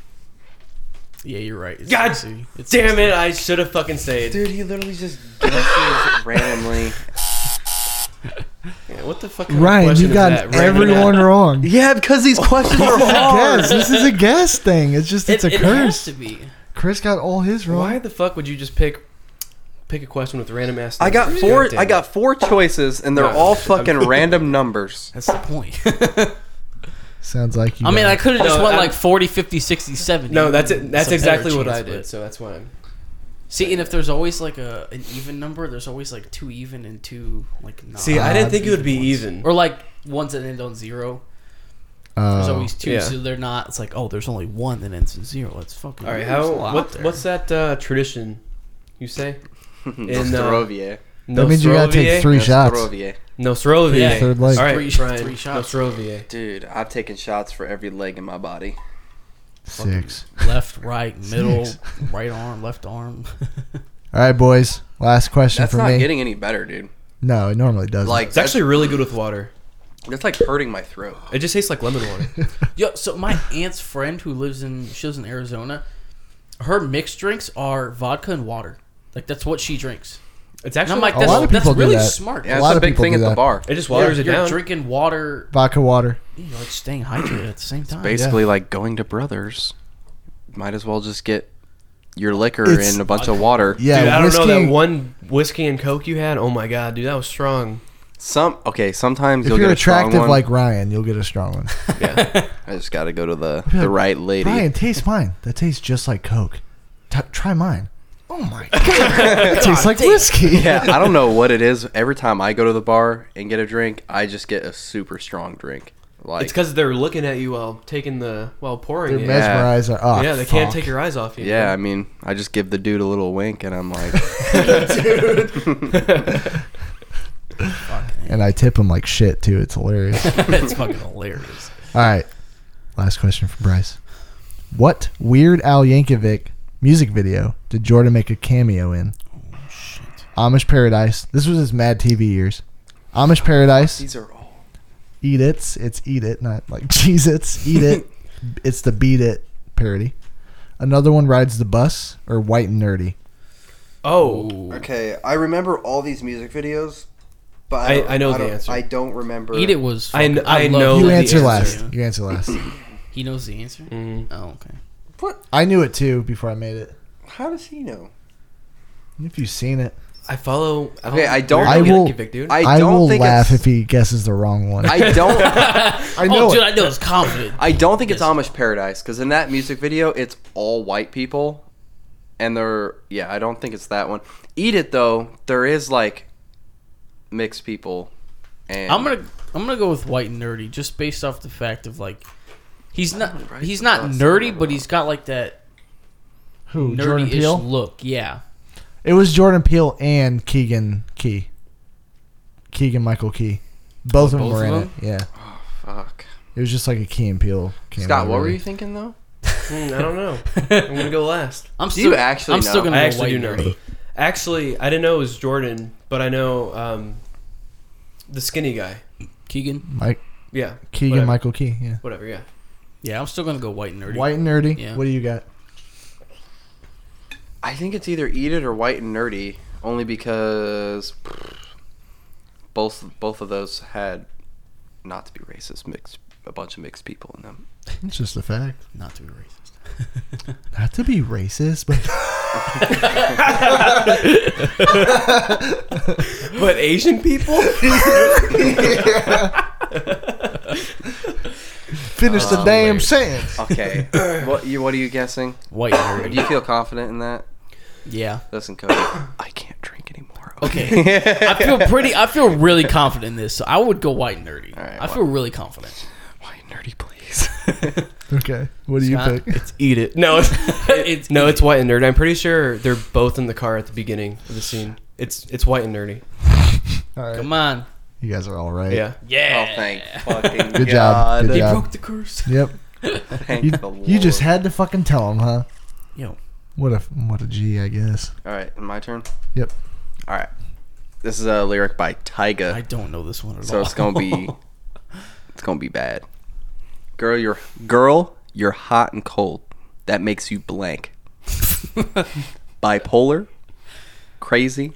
S2: Yeah, you're right. It's
S5: God
S2: 60. It's
S5: Damn it! I should have fucking stayed.
S1: Dude, he literally just guesses [LAUGHS] randomly.
S5: Yeah, what the fuck? kind of
S3: Ryan,
S5: question
S3: you
S5: is
S3: got
S5: that? Random
S3: everyone
S1: [LAUGHS]
S5: ass.
S3: wrong.
S1: Yeah, because
S5: [LAUGHS]
S1: these questions are
S3: Guess. This is a guess thing. It's just, it's a curse.
S2: to be.
S3: Chris got all his wrong.
S5: Why the fuck would you just pick pick a question with random ass?
S1: I got
S5: numbers?
S1: four.
S5: God damn
S1: I
S5: it.
S1: got four choices, and they're
S5: No,
S1: all
S5: I'm-
S1: fucking random numbers.
S2: That's the point. [LAUGHS]
S3: Sounds like you.
S2: I mean,
S3: got
S2: I
S3: it.
S2: could have just
S5: No,
S2: went
S5: I'm-
S2: like 40, 50, 60, 70.
S5: No, that's it. That's
S2: Some
S5: exactly
S2: better
S5: what
S2: chance,
S5: I did.
S2: but-
S5: So that's fine.
S2: See, and if there's always like a an even number, there's always like two even and two like not.
S5: See, I didn't think it would be
S2: ones.
S5: even.
S2: Or like ones that end on zero. There's
S3: Oh.
S2: always two,
S5: yeah.
S2: so they're not. It's like, oh, there's only one that ends in zero. That's fucking.
S5: All right,
S2: weird.
S5: how
S2: There's a lot
S5: what,
S2: there.
S5: what's that uh, tradition? You say
S1: [LAUGHS] Nostrovie.
S3: that means you gotta take three shots.
S1: Nostrovie.
S5: Nostrovie.
S2: Yeah.
S3: Third leg.
S5: All right,
S2: Three-
S5: Brian,
S2: three shots.
S5: Nostrovie.
S1: Dude, I've taken shots for every leg in my body.
S3: Six.
S2: left,
S5: [LAUGHS]
S2: right, middle, right arm, left arm? [LAUGHS]
S3: All right, boys. Last question
S1: That's
S3: for
S1: not
S3: me.
S1: getting any better, dude.
S3: no, it normally doesn't.
S1: Like
S5: It's actually really good with water.
S1: that's like hurting my throat.
S5: It just tastes like lemon water.
S2: Yo, so my aunt's friend who lives in she lives in Arizona, her mixed drinks are vodka and water. Like that's what she drinks.
S5: It's
S2: And
S5: actually
S2: I'm like,
S5: like
S3: A lot
S2: that's,
S3: of
S2: that's
S3: people do
S2: really
S3: that.
S2: smart.
S1: Yeah, that's
S3: lot
S1: a
S3: of
S1: big
S3: people
S1: thing
S3: do
S1: at the
S3: that.
S1: bar.
S5: it just waters
S2: you're,
S5: it down.
S2: drinking water,
S3: vodka water.
S2: you're like staying hydrated at the same time.
S1: Basically, like going to Brothers. Might as well just get your liquor
S3: It's-
S1: and a bunch of water.
S3: Yeah,
S5: dude, I don't
S3: whiskey.
S5: know that one whiskey and coke you had. Oh my god, dude, that was strong.
S1: Some okay. Sometimes
S3: if
S1: you'll
S3: you're
S1: get a strong
S3: attractive
S1: one.
S3: like Ryan, you'll get a strong one.
S1: I just got to go to the the right lady.
S3: Ryan, taste mine. That tastes just like Coke. T- try mine. Oh my
S1: [LAUGHS]
S3: god, it tastes like
S1: [LAUGHS]
S3: whiskey.
S1: Yeah,
S3: [LAUGHS]
S1: I don't know what it is. Every time I go to the bar and get a drink, I just get a super strong drink. Like
S5: It's because they're looking at you while taking the while pouring
S3: They're
S5: it.
S1: mess-
S3: mesmerized. Oh,
S5: yeah, they
S3: fuck.
S5: can't take your eyes off you.
S1: yeah, I mean, I just give the dude a little wink and I'm like,
S3: And I tip him like shit too. It's hilarious. All
S2: [LAUGHS] that's fucking hilarious.
S3: right, last question for Bryce. What Weird Al Yankovic music video did Jordan make a cameo in?
S5: Oh,
S3: Amish Paradise. This was his Mad TV years. Amish Paradise.
S1: [LAUGHS] these are all
S3: Eat it's it's eat it, not like [LAUGHS] cheese it's eat it. it's the beat it parody. Another one rides the bus or white and nerdy.
S5: Oh,
S1: okay. I remember all these music videos, but
S5: I- I know
S1: don't-
S5: the answer.
S1: I don't remember.
S2: Eat it was.
S5: I
S2: fucking-
S5: kn- I
S2: love
S5: know
S2: that
S3: You
S5: the
S3: answer
S5: answer. Mm,
S3: last. You answer last.
S2: He knows the answer. Oh, okay.
S3: I knew it too before I made it.
S1: How does he know?
S3: If you've seen it,
S5: I follow.
S1: Okay, I don't-
S5: I
S3: I will-
S5: dude.
S1: I
S3: I,
S1: don't
S3: will
S1: think
S3: laugh
S1: it's,
S3: if he guesses the wrong one. I, [LAUGHS]
S1: I
S2: [LAUGHS]
S1: don't.
S3: know
S2: oh,
S3: it.
S2: dude, [LAUGHS] I know it's confident.
S1: I don't think it's
S2: Yes.
S1: Amish Paradise because in that music video, it's all white people, and they're yeah. I don't think it's that one. Eat it though. There is like mixed people. And
S2: [LAUGHS] I'm gonna I'm gonna go with white and nerdy just based off the fact of like he's not
S1: Right,
S2: he's
S1: the
S2: not
S1: bus.
S2: nerdy, but he's got like that
S3: Who? Jordan
S2: nerdy-ish
S3: Peele.
S2: look. Yeah.
S3: It was Jordan Peele and Keegan Key. Keegan Michael Key. Both of them
S2: both
S3: were
S2: of
S3: in
S2: them?
S3: it. Yeah.
S1: fuck.
S3: It was just like a Key and Peele. cameo,
S1: Scott, what were
S3: really.
S1: you thinking though?
S5: Hmm, I don't know. I'm gonna go last.
S2: I'm
S1: Do
S2: still
S1: you actually
S2: I'm still
S1: know?
S2: gonna
S5: I
S2: go
S5: actually do
S2: white
S5: know.
S2: nerdy.
S5: Actually, I didn't know it was Jordan, but I know um, the skinny guy.
S2: Keegan.
S3: Mike
S5: Yeah,
S3: Keegan
S5: whatever.
S3: Michael Key. Yeah.
S5: Whatever. Yeah. [LAUGHS]
S2: Yeah, I'm still gonna go white and nerdy.
S3: White and nerdy.
S2: Yeah.
S3: What do you got?
S1: I think it's either Eat It or White and Nerdy, only because both both of those had not to be racist, mixed a bunch of mixed people in them.
S3: It's just a fact.
S2: Not to be racist.
S3: [LAUGHS] Not to be racist, but
S2: [LAUGHS]
S5: But Asian people?
S3: finish the
S2: Oh,
S1: Um,
S3: damn
S1: wait.
S2: [LAUGHS]
S3: sentence.
S1: Okay, what you what are you guessing?
S2: White. and
S1: Do [LAUGHS]
S2: green.
S1: you feel confident in that?
S2: yeah.
S1: Listen, Cody, [COUGHS] I can't drink anymore.
S2: Okay.
S1: [LAUGHS]
S2: I feel pretty. I feel really confident in this. So I would go white and nerdy.
S1: All right,
S2: I feel really confident.
S1: Why nerdy,
S2: [LAUGHS]
S1: please?
S3: Okay, what do you
S2: Scott?
S3: pick?
S5: Eat it. No, [LAUGHS] it's,
S2: It's- [LAUGHS]
S5: no, it's white and nerdy. I'm pretty sure they're both in the car at the beginning of the scene. It's it's white and nerdy.
S3: All right,
S2: Come on.
S3: you guys are all right.
S5: Yeah.
S2: Yeah.
S1: Oh, [LAUGHS] thank fucking
S3: Good
S1: God.
S3: job. Good
S2: They
S3: job.
S2: broke the curse.
S3: Yep.
S1: Thank
S3: You,
S1: the Lord.
S3: you just had to fucking tell him, huh?
S2: Yo.
S3: What a what a G, I guess.
S1: All right, my turn.
S3: Yep. Um,
S1: All right. This is a lyric by Tyga.
S2: [LAUGHS] I don't know this one at
S1: So
S2: all.
S1: it's gonna
S2: [LAUGHS]
S1: be it's gonna be bad. Girl, you're girl, you're hot and cold. That makes you blank. Bipolar, crazy,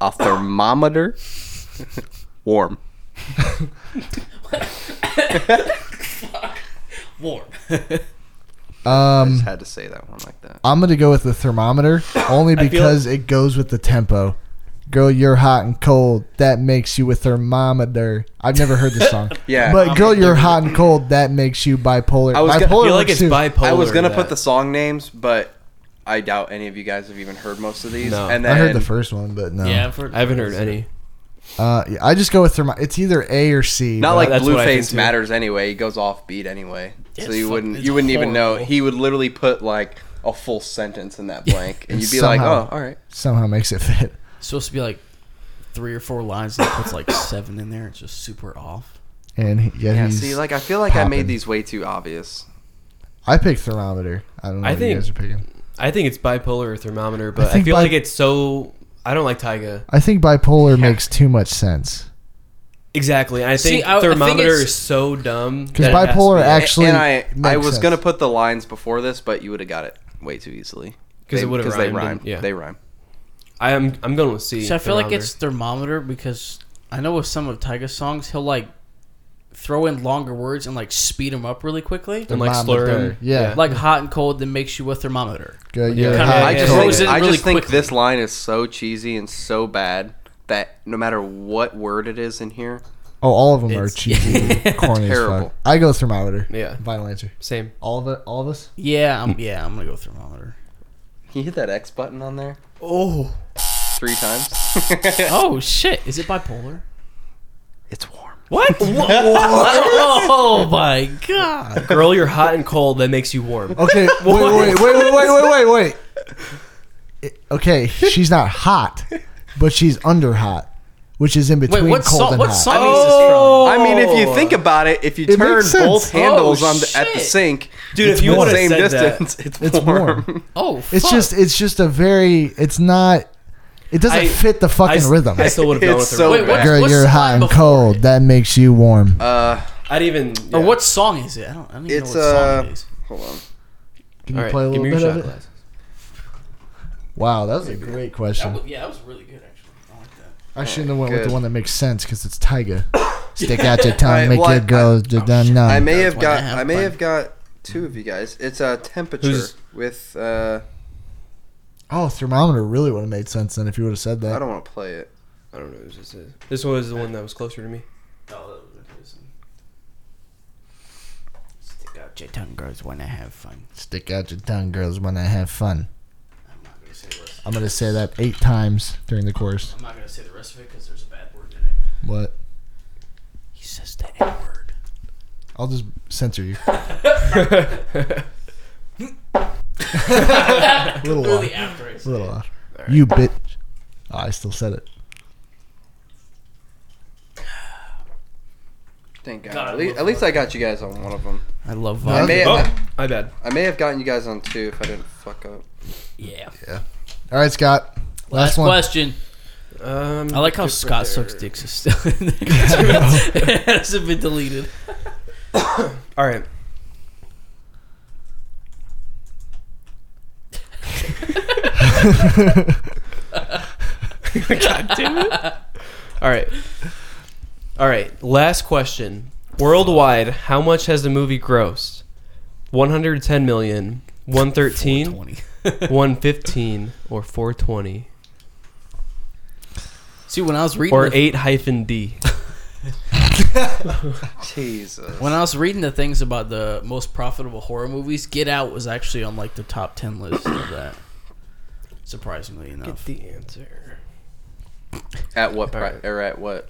S1: a thermometer, warm.
S2: warm.
S1: I just
S3: Um,
S1: had to say that one like that.
S3: I'm gonna go with the
S5: [COUGHS]
S3: thermometer only
S5: feel-
S3: because it goes with the tempo. Girl, you're hot and cold. That makes you a thermometer. I've never heard this song.
S1: [LAUGHS] Yeah.
S3: But girl, you're hot and cold. That makes you bipolar.
S1: I was
S3: bipolar
S1: gonna- I
S5: I feel like
S3: works
S5: it's
S3: too.
S5: bipolar.
S1: I was gonna
S5: to
S1: put the
S5: that.
S1: song names, but I doubt any of you guys have even heard most of these.
S5: No.
S1: And then
S3: I heard the first one, but no.
S2: Yeah.
S3: Yeah.
S2: I've heard,
S5: I haven't heard any.
S3: Uh, yeah, I just go with thermo. It's either A or C.
S1: not
S3: but-
S1: like
S5: that's what I think
S1: Blueface
S5: too.
S1: matters anyway. He goes off beat anyway,
S2: It's
S1: so you
S2: fuck-
S1: wouldn't
S2: it's
S1: you wouldn't even know.
S2: horrible.
S1: He would literally put like a full sentence in that blank, and
S3: And
S1: you'd be
S3: somehow-
S1: like, "Oh, all right."
S3: somehow makes it [LAUGHS] fit.
S2: It's supposed to be like three or four lines and it puts like seven in there. It's just super off.
S3: And he, yeah,
S1: Yeah.
S3: he's-
S1: See, like I feel like I
S3: popping.
S1: made these way too obvious.
S3: I picked thermometer. I don't know
S5: I
S3: what you
S5: think-
S3: guys are picking.
S5: I think it's bipolar or thermometer, but I,
S3: think
S5: feel
S3: bi-
S5: like it's so. I don't like Tyga.
S3: I think bipolar makes too much sense
S5: Exactly. and I
S2: See,
S5: think
S2: I- I think
S5: thermometer
S2: it's-
S5: is so dumb.
S3: because
S5: that it has to
S3: bipolar
S5: be-
S3: actually.
S1: and I I
S3: makes
S1: was
S3: sense.
S1: gonna put the lines before this, but you would have got it way too easily
S5: 'Cause it
S1: They-
S5: would've
S1: they
S5: rhymed,
S1: rhyme.
S5: and- yeah.
S1: They rhyme.
S5: I'm I'm going with C.
S2: So I feel like
S5: thermometer.
S2: it's thermometer because I know with some of Tyga's songs he'll like throw in longer words and like speed them up really quickly.
S5: and like
S3: Thermometer,
S5: slurring.
S3: yeah.
S2: Like hot and cold that makes you a thermometer.
S3: Go, you're
S5: kinda-
S3: hot
S5: Yeah,
S1: I
S3: and
S1: just
S3: cold.
S2: Throws
S1: think,
S2: it
S1: I
S2: really
S1: just think
S2: quickly.
S1: this line is so cheesy and so bad that no matter what word it is in here,
S3: Oh, all of them are
S2: It's-
S3: cheesy, and corny as
S1: Terrible.
S3: fuck. I go thermometer.
S5: Yeah.
S3: Final answer.
S5: Same.
S3: All of it. All of us.
S2: Yeah, I'm, yeah, I'm gonna
S1: [LAUGHS]
S2: go thermometer.
S1: you hit that X button on there
S5: Oh.
S1: three times.
S2: Oh shit! Is it bipolar?
S1: it's warm. [LAUGHS]
S2: What? [LAUGHS] oh my god!
S5: Girl, you're hot and cold. That makes you warm.
S3: [LAUGHS] Okay. wait, wait, wait, wait, wait, wait, wait, wait. It- Okay, she's not hot, but she's under hot, which is in between
S2: what
S3: cold
S2: song-
S3: and
S2: what
S3: hot.
S2: song- Oh.
S1: I mean, if
S5: Oh.
S1: you think about it, if you
S3: It
S1: turn
S3: makes sense.
S1: both handles on the, at the
S2: shit.
S1: sink,
S5: Dude,
S1: it's
S5: if you
S1: the
S5: would've
S1: same
S5: said that-
S1: distance, it's,
S3: It's
S1: warm.
S3: warm.
S2: Oh,
S3: It's
S2: fuck.
S3: just, it's just a very. It's not. It doesn't
S5: I-
S3: fit the
S5: I
S3: fucking
S5: s-
S3: rhythm.
S5: I still would have gone
S1: It's
S5: with
S1: so
S5: so
S2: Wait, what-
S1: bad.
S3: Girl,
S2: what's the
S3: you're
S2: line
S3: hot and
S2: before
S3: cold.
S2: it?
S3: That makes you warm.
S1: [LAUGHS] Uh,
S5: I'd even.
S2: Or
S5: yeah.
S2: what song is it? I don't, I don't even
S1: It's,
S2: know what song
S1: uh,
S2: it is.
S1: hold on.
S3: Can you
S5: All right,
S3: play a
S5: give
S3: little
S5: me your
S3: bit
S5: shot
S3: of it?
S5: glass.
S3: Wow, that was a great question.
S2: yeah, that was really good actually. I like that.
S3: I shouldn't have went with
S1: Good.
S3: the one that makes sense because it's Tyga.
S1: [COUGHS]
S3: Stick out your tongue,
S1: Alright,
S3: make
S1: well, I-
S3: your girl
S1: I-
S3: Um, I, done numb.
S1: I may have
S2: why I
S1: got.
S2: have
S1: I may
S2: fun.
S1: have got two of you guys. It's a temperature
S5: Who's-
S1: with. Uh,
S3: oh, thermometer really would have made sense then if you would have said
S1: I
S3: that.
S1: don't want to play it.
S5: I don't know. This, is this one was the one that was closer to me.
S2: Oh, that was amazing. Stick out your tongue, girls, when I have fun.
S3: Stick out your tongue, girls, when I have fun.
S2: I'm not gonna say the rest.
S3: I'm gonna say that eight times during the course.
S2: I'm not gonna say the rest of it because there's a bad word in it.
S3: What?
S2: He says the N word.
S3: I'll just censor
S2: [LAUGHS]
S3: you. little
S2: Really
S3: off.
S2: after it.
S3: Little off. You bitch. Oh, I still said it.
S1: Thank God.
S2: God, I
S1: at, least,
S2: love
S1: at least I got you guys on one of them.
S2: I love uh,
S1: I
S3: I
S2: vibe.
S1: may, I,
S5: Oh, my bad.
S1: I may have gotten you guys on two if I didn't fuck up.
S2: Yeah.
S3: All right, Scott. Last,
S2: Last
S3: one.
S2: question.
S5: Um,
S2: I like how
S5: different
S2: Scott
S5: there.
S2: sucks dicks is still in there.
S3: [LAUGHS]
S2: [LAUGHS] it hasn't been deleted.
S5: All right. [LAUGHS] God damn it. All right. All right. Last question. Worldwide, how much has the movie grossed? 110 million, 113, 115, or 420,
S2: [LAUGHS] See, when I was reading
S5: or
S2: the,
S5: 8 hyphen D.
S1: Jesus.
S2: when I was reading the things about the most profitable horror movies, Get Out was actually on like the top ten list of that. Surprisingly enough,
S5: The answer.
S1: At what pri- or at what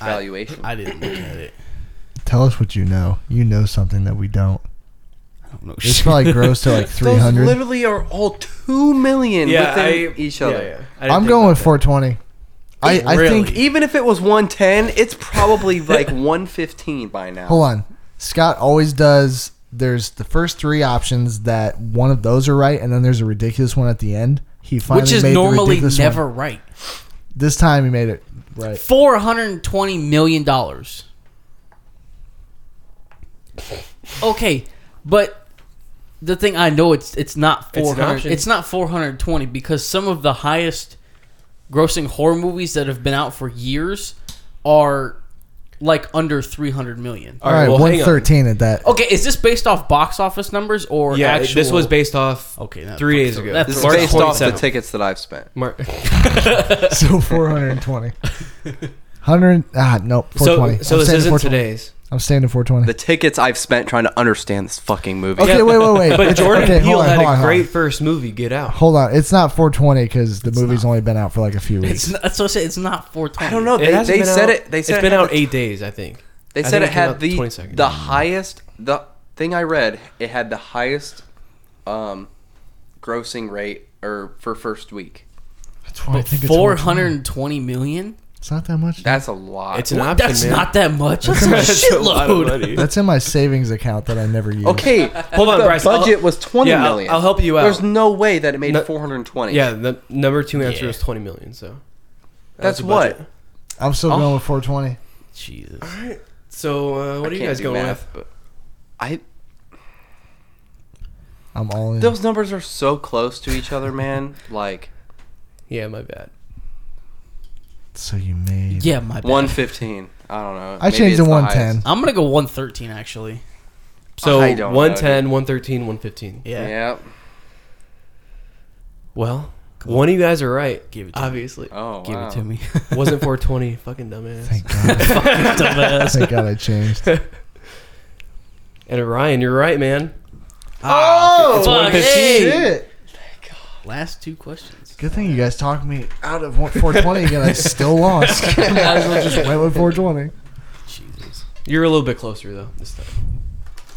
S1: valuation?
S2: I didn't look at it.
S3: [LAUGHS] Tell us what you know. You know something that we don't.
S2: I don't know.
S3: It's
S2: shit.
S5: [LAUGHS]
S3: probably gross to like three hundred.
S1: literally are all two million within each other.
S3: I'm going with four twenty. I, I think. e-,
S2: Really?
S1: Even if it was one ten, it's [LAUGHS] probably like one fifteen by now.
S3: Hold on. Scott always does. There's the first three options that one of those are right, and then there's a ridiculous one at the end. He finally
S2: which is
S3: made the
S2: normally
S3: ridiculous
S2: never
S3: One.
S2: right.
S3: This time he made it right.
S2: Four hundred and twenty million dollars. Okay, but the thing I know it's it's not
S5: It's
S2: four
S5: an
S2: hundred.
S5: option.
S2: It's, not four hundred twenty because some of the highest grossing horror movies that have been out for years are like under three hundred million.
S3: All right,
S5: well, hang on. Oh.
S3: one thirteen at that.
S2: Okay, is this based off box office numbers or
S5: Yeah,
S2: actual?
S5: this was based off
S2: Okay, that
S5: three
S2: fucks
S5: days
S2: up.
S5: ago.
S2: That
S1: This is
S2: March
S1: based off the
S5: 27th.
S1: tickets that I've spent.
S3: [LAUGHS]
S5: Mar-
S3: So four hundred and twenty. Hundred ah nope four
S5: [LAUGHS] so
S3: twenty.
S5: so this isn't
S3: [LAUGHS]
S5: today's.
S3: I'm staying at four twenty.
S1: The tickets I've spent trying to understand this fucking movie.
S3: Okay, wait, wait, wait.
S5: [LAUGHS] But
S3: It's-
S5: Jordan
S3: okay,
S5: Peele
S3: hold on,
S5: had
S3: hold on,
S5: a
S3: hold on.
S5: great first movie, Get Out.
S3: Hold on, it's not 420 because the movie's only been out for like a few
S2: It's
S3: weeks.
S2: not, that's what I said. It's not four twenty.
S1: I don't know.
S5: It
S1: They,
S5: hasn't
S1: they
S5: been
S1: said
S5: out-
S1: it. They said
S5: it's been
S1: it had
S5: out
S1: the-
S5: eight days, I think.
S1: They
S5: I
S1: said
S5: think
S1: it
S5: it came
S1: had
S5: out
S1: the
S5: 22nd.
S1: the highest. The thing I read, it had the highest, um, grossing rate or for first week.
S3: That's why I
S2: But
S3: think it's
S2: four hundred and twenty million.
S3: It's not that much.
S1: That's a lot.
S5: It's an
S2: What?
S5: option,
S2: That's
S5: man. [LAUGHS]
S2: not that much. That's a
S5: That's a lot of
S2: shitload.
S5: money.
S3: That's in my savings account that I never use.
S1: okay.
S5: [LAUGHS] Hold on,
S1: the
S5: Bryce. I'll-
S1: Budget was twenty
S5: Yeah, I'll-
S1: million.
S5: I'll help you out.
S1: There's no way that it made
S5: No-
S1: four hundred twenty.
S5: Yeah, the number two answer
S2: Yeah.
S5: was twenty million. So
S1: that's
S5: the
S1: what.
S5: budget.
S3: I'm still
S1: Oh.
S3: going with 420.
S2: Jesus.
S5: So uh, what
S1: I
S5: are you
S1: can't
S5: guys
S1: do
S5: going
S1: math,
S5: with?
S1: but I
S3: I'm all in.
S1: those numbers are so close to each other, man. Like
S5: Yeah, my bad.
S3: so you made.
S2: Yeah, my bad.
S1: one fifteen. I don't know.
S3: I changed
S1: it's
S3: to
S1: the
S3: 110.
S1: highest.
S2: I'm gonna go one thirteen actually.
S5: So
S1: I don't know,
S5: 110, 113, 115.
S2: Yeah.
S1: Yep.
S5: Well, one of you guys are right.
S2: Give it to me.
S5: Obviously.
S1: Oh,
S2: Give
S1: wow.
S2: it to me. [LAUGHS]
S5: Wasn't 420. Fucking dumbass.
S3: Thank God. Thank God I changed.
S5: And Ryan, you're right, man. Ah,
S3: Oh,
S5: It's 115.
S3: shit.
S2: Last two questions.
S3: Good thing you guys talked me out of one- 420 again. I still lost. [LAUGHS] Might [LAUGHS] as well just went with 420.
S2: Jesus.
S5: You're a little bit closer, though, this time.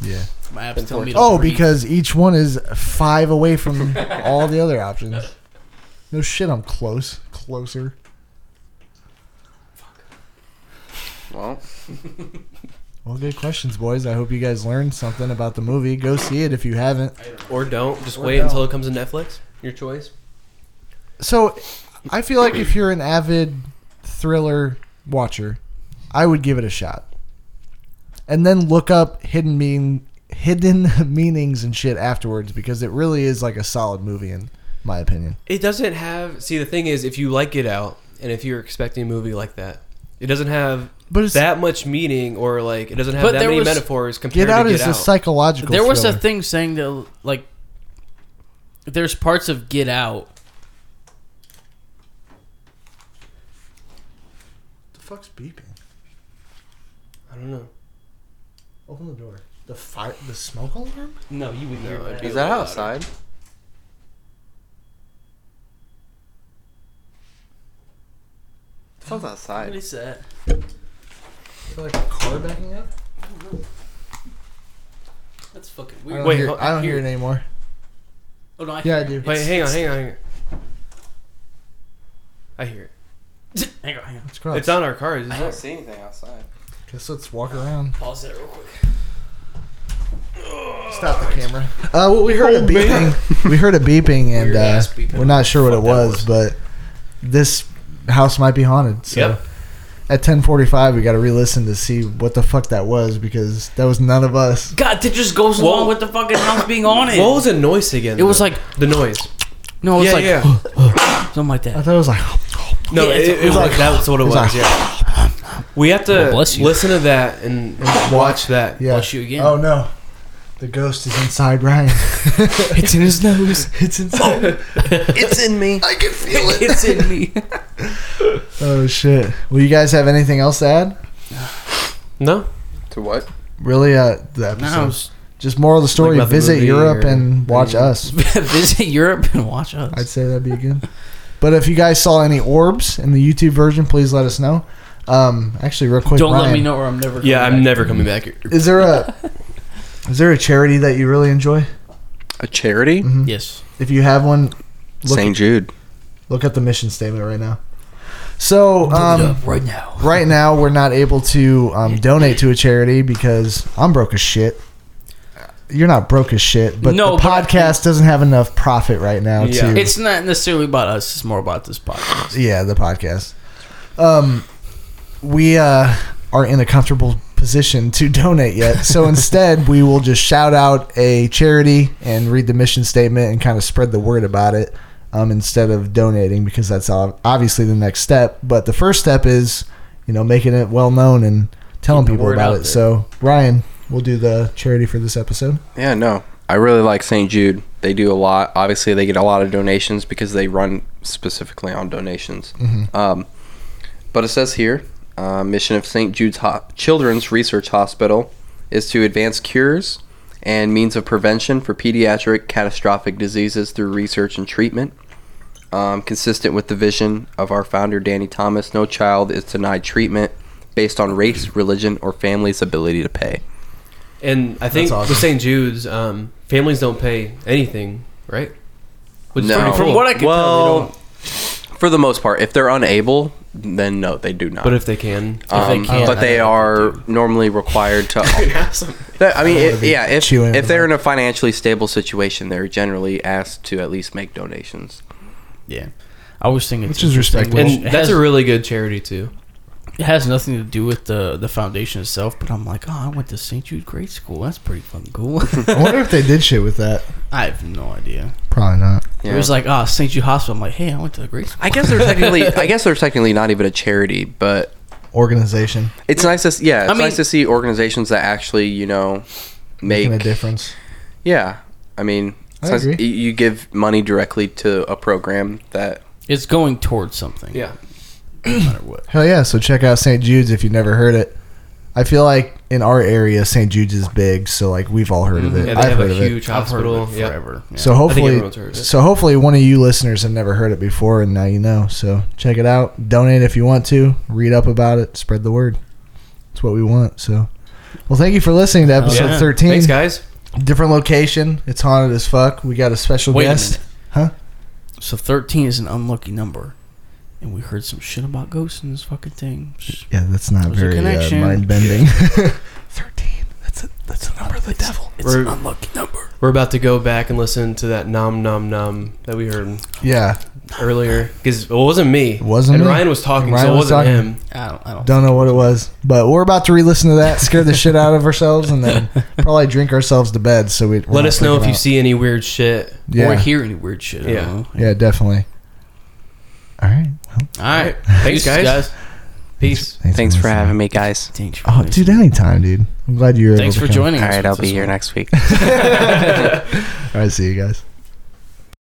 S3: Yeah.
S2: My app's telling me. to
S3: Oh,
S2: breathe.
S3: because each one is five away from all the other options. No shit, I'm close. Closer.
S1: Well,
S3: Well, good questions, boys. I hope you guys learned something about the movie. Go see it if you haven't.
S5: Or don't. Just
S3: Or
S5: wait
S3: don't.
S5: until it comes to Netflix. Your choice.
S3: So, I feel like if you're an avid thriller watcher, I would give it a shot. And then look up hidden mean hidden [LAUGHS] meanings and shit afterwards because it really is like a solid movie in my opinion.
S5: It doesn't have. See, the thing is, if you like Get Out, and if you're expecting a movie like that, it doesn't have
S3: But it's
S5: that much meaning, or like it doesn't have
S2: But
S5: that
S2: there
S5: many
S2: was-
S5: metaphors compared
S3: Get Out
S5: to Get
S3: is
S5: Out.
S3: a psychological
S2: there was a
S3: thriller.
S2: thing saying that like there's parts of Get Out.
S3: the fuck's beeping?
S5: I don't know.
S3: Open the door. The fire the smoke alarm?
S2: No, you would
S5: hear that.
S1: is that outside? Sounds
S2: What
S1: outside.
S2: is that?
S3: I feel like a car backing up.
S2: That's fucking
S3: I
S2: weird.
S3: don't
S5: Wait,
S3: hear,
S5: hold-
S3: I don't
S5: here-
S3: hear it anymore.
S2: Oh, no, I
S3: Yeah, I
S2: hear it.
S3: do.
S5: Wait,
S2: It's-
S5: hang on, hang on, hang on. I hear it.
S2: [LAUGHS] Hang on, hang on.
S3: It's gross.
S5: It's on our cars. Isn't
S1: I
S5: it?
S1: don't see anything outside.
S3: Guess let's walk around.
S2: Pause that real quick.
S3: Stop the camera. Uh, well, we heard a beeping. we heard a beeping, and
S2: Weird
S3: uh,
S2: ass beeping.
S3: we're not sure what it
S2: Fuck that
S3: was, but this house might be haunted. So
S5: Yep.
S3: at 10:45, we got to re-listen to see what the fuck that was because that was none of us.
S2: God, that just goes
S5: Whoa.
S2: along with the fucking house being on it.
S5: What was the noise again?
S2: It was
S5: though?
S2: like
S5: the noise.
S2: no, it was
S5: yeah,
S2: like [GASPS]
S5: yeah.
S2: something like
S3: I
S2: that.
S3: thought it was like
S5: No,
S2: Yeah,
S5: it,
S2: it's- [LAUGHS]
S5: it was like that's what it
S3: it
S5: was.
S3: was like-
S5: yeah. We have to
S2: Well, bless you.
S5: listen to that and, and watch that.
S3: Yeah.
S2: Bless you again.
S3: Oh no. The ghost is inside Ryan.
S2: It's in
S3: [LAUGHS]
S2: his nose.
S3: it's inside.
S1: it's in me.
S3: [LAUGHS] I can feel it.
S2: it's in me.
S3: Oh shit. Will you guys have anything else to add?
S5: No,
S1: To what?
S3: Really uh the episode.
S2: Now
S3: Just moral of the story,
S5: about the
S3: visit
S5: movie
S3: Europe
S5: or
S3: and watch
S5: anything.
S3: us.
S2: [LAUGHS] visit Europe and watch us.
S3: I'd say that'd be good. [LAUGHS] But if you guys saw any orbs in the YouTube version, please let us know. Um, actually, real quick,
S2: Don't let
S3: Ryan,
S2: me know or I'm never.
S5: yeah,
S2: coming
S5: I'm
S2: back.
S5: never coming back. here.
S3: Is there a is there a charity that you really enjoy?
S1: A charity? Mm-hmm.
S3: Mhm.
S2: Yes.
S3: If you have one, look
S1: St. Jude.
S3: look at the mission statement right now. So um,
S2: right now.
S3: right now, we're not able to um, donate to a charity because I'm broke as shit. You're not broke as shit, but
S2: No,
S3: the
S2: but I-
S3: podcast doesn't have enough profit right now
S5: Yeah.
S3: to
S2: It's not necessarily about us. It's more about this podcast.
S3: yeah the podcast um we uh are in a comfortable position to [LAUGHS] donate yet so instead we will just shout out a charity and read the mission statement and kind of spread the word about it um instead of donating because that's ob- obviously the next step but the first step is you know making it well known and telling
S2: Getting the
S3: people
S2: word
S3: about
S2: out
S3: it
S2: there.
S3: so ryan we'll do the charity for this episode
S1: Yeah, no. I really like St. Jude. They do a lot. Obviously, they get a lot of donations because they run specifically on donations.
S3: Mhm.
S1: Um, but it says here uh, mission of St. Jude's Ho- Children's Research Hospital is to advance cures and means of prevention for pediatric catastrophic diseases through research and treatment. Um, consistent with the vision of our founder, Danny Thomas, no child is denied treatment based on race, religion, or family's ability to pay.
S5: And I think
S3: awesome.
S5: with St. Jude's, um, families don't pay anything, right? Which is
S1: No.
S5: pretty
S2: From
S5: cool.
S2: what I can
S1: Well,
S2: tell,
S1: for the most part, if they're unable, then no, they do not.
S5: but if they can,
S2: they
S1: um,
S2: can,
S1: but
S2: I
S1: they
S2: don't
S1: are normally required to.
S2: they don't.
S1: That- I mean, it,
S3: be
S1: yeah, if,
S3: chewing
S1: if
S3: the
S1: they're in a financially stable situation, they're generally asked to at least make donations.
S2: yeah. I was thinking,
S3: Which is respectable.
S5: and
S2: it
S5: that's
S2: has,
S5: a really good charity too.
S2: it has nothing to do with the the foundation itself. But I'm like, oh, I went to St. Jude Grade School. That's pretty fucking cool. [LAUGHS]
S3: i wonder if they did shit with that
S2: I have no idea.
S3: probably not
S1: Yeah.
S2: It was like, oh, St. Jude Hospital. I'm like, hey, I went to the grade school.
S1: I guess they're technically, I guess they're technically not even a charity, but
S3: organization
S1: it's nice to, s- yeah, it's
S2: I mean-
S1: nice to see organizations that actually, you know, make
S3: making a difference
S1: Yeah, I mean,
S3: I
S1: it's nice-
S3: agree.
S1: you- you give money directly to a program that
S2: It's going towards something.
S5: Yeah,
S2: No matter what.
S3: Hell yeah! So check out St. Jude's if you've never heard it. I feel like in our area, St. Jude's is big, so like we've all heard of
S5: Mm-hmm. yeah
S3: it.
S5: they
S3: I've
S5: have
S3: heard
S5: a
S3: of it.
S5: huge
S2: I've heard
S5: hospital.
S2: of it
S5: yeah.
S2: forever. Yeah.
S3: So
S5: I think
S3: hopefully,
S5: everyone's heard of it.
S3: so hopefully one of you listeners have never heard it before, and now you know. So check it out. Donate if you want to. Read up about it. Spread the word. That's what we want. So, well, thank you for listening to episode
S5: Yeah.
S3: thirteen.
S5: Thanks, guys.
S3: Different location. It's haunted as fuck. We got a special
S2: Wait a
S3: guest.
S2: So 13 is an unlucky number. And we heard some shit about ghosts in this fucking thing.
S3: Yeah, that's not
S2: There's a
S3: very uh,
S2: connection.
S3: mind bending.
S2: Thirteen. That's a that's a number of the devil. It's
S5: We're-
S2: an unlucky number.
S5: We're about to go back and listen to that nom nom nom that we heard
S3: [LAUGHS] yeah,
S5: earlier because it wasn't me. It
S3: wasn't
S5: And
S3: me.
S5: Ryan was talking,
S3: Ryan
S5: so it
S3: was
S5: wasn't
S3: talking.
S5: him.
S2: I don't. I don't.
S3: Don't know what it was, but we're about to re-listen to that, scare the shit out of ourselves, and then probably drink ourselves to bed. So we we're
S5: Let
S3: not
S5: us know if
S3: freaking
S5: you
S3: out.
S5: see any weird shit.
S3: Yeah,
S2: Or hear any weird shit. I
S5: Yeah.
S2: don't know.
S3: yeah, definitely. All right. Well,
S2: All right.
S5: Thanks, guys. Peace.
S1: Thanks for
S3: listening.
S1: having me, guys.
S2: Thanks for
S3: Oh,
S2: listening.
S3: dude, anytime, dude. I'm glad you were.
S2: Thanks
S3: able to
S2: for
S3: come.
S2: joining
S1: All
S2: us.
S1: right,
S2: with
S1: I'll
S2: this
S1: be here
S2: one.
S1: next week.
S3: All right, see you guys.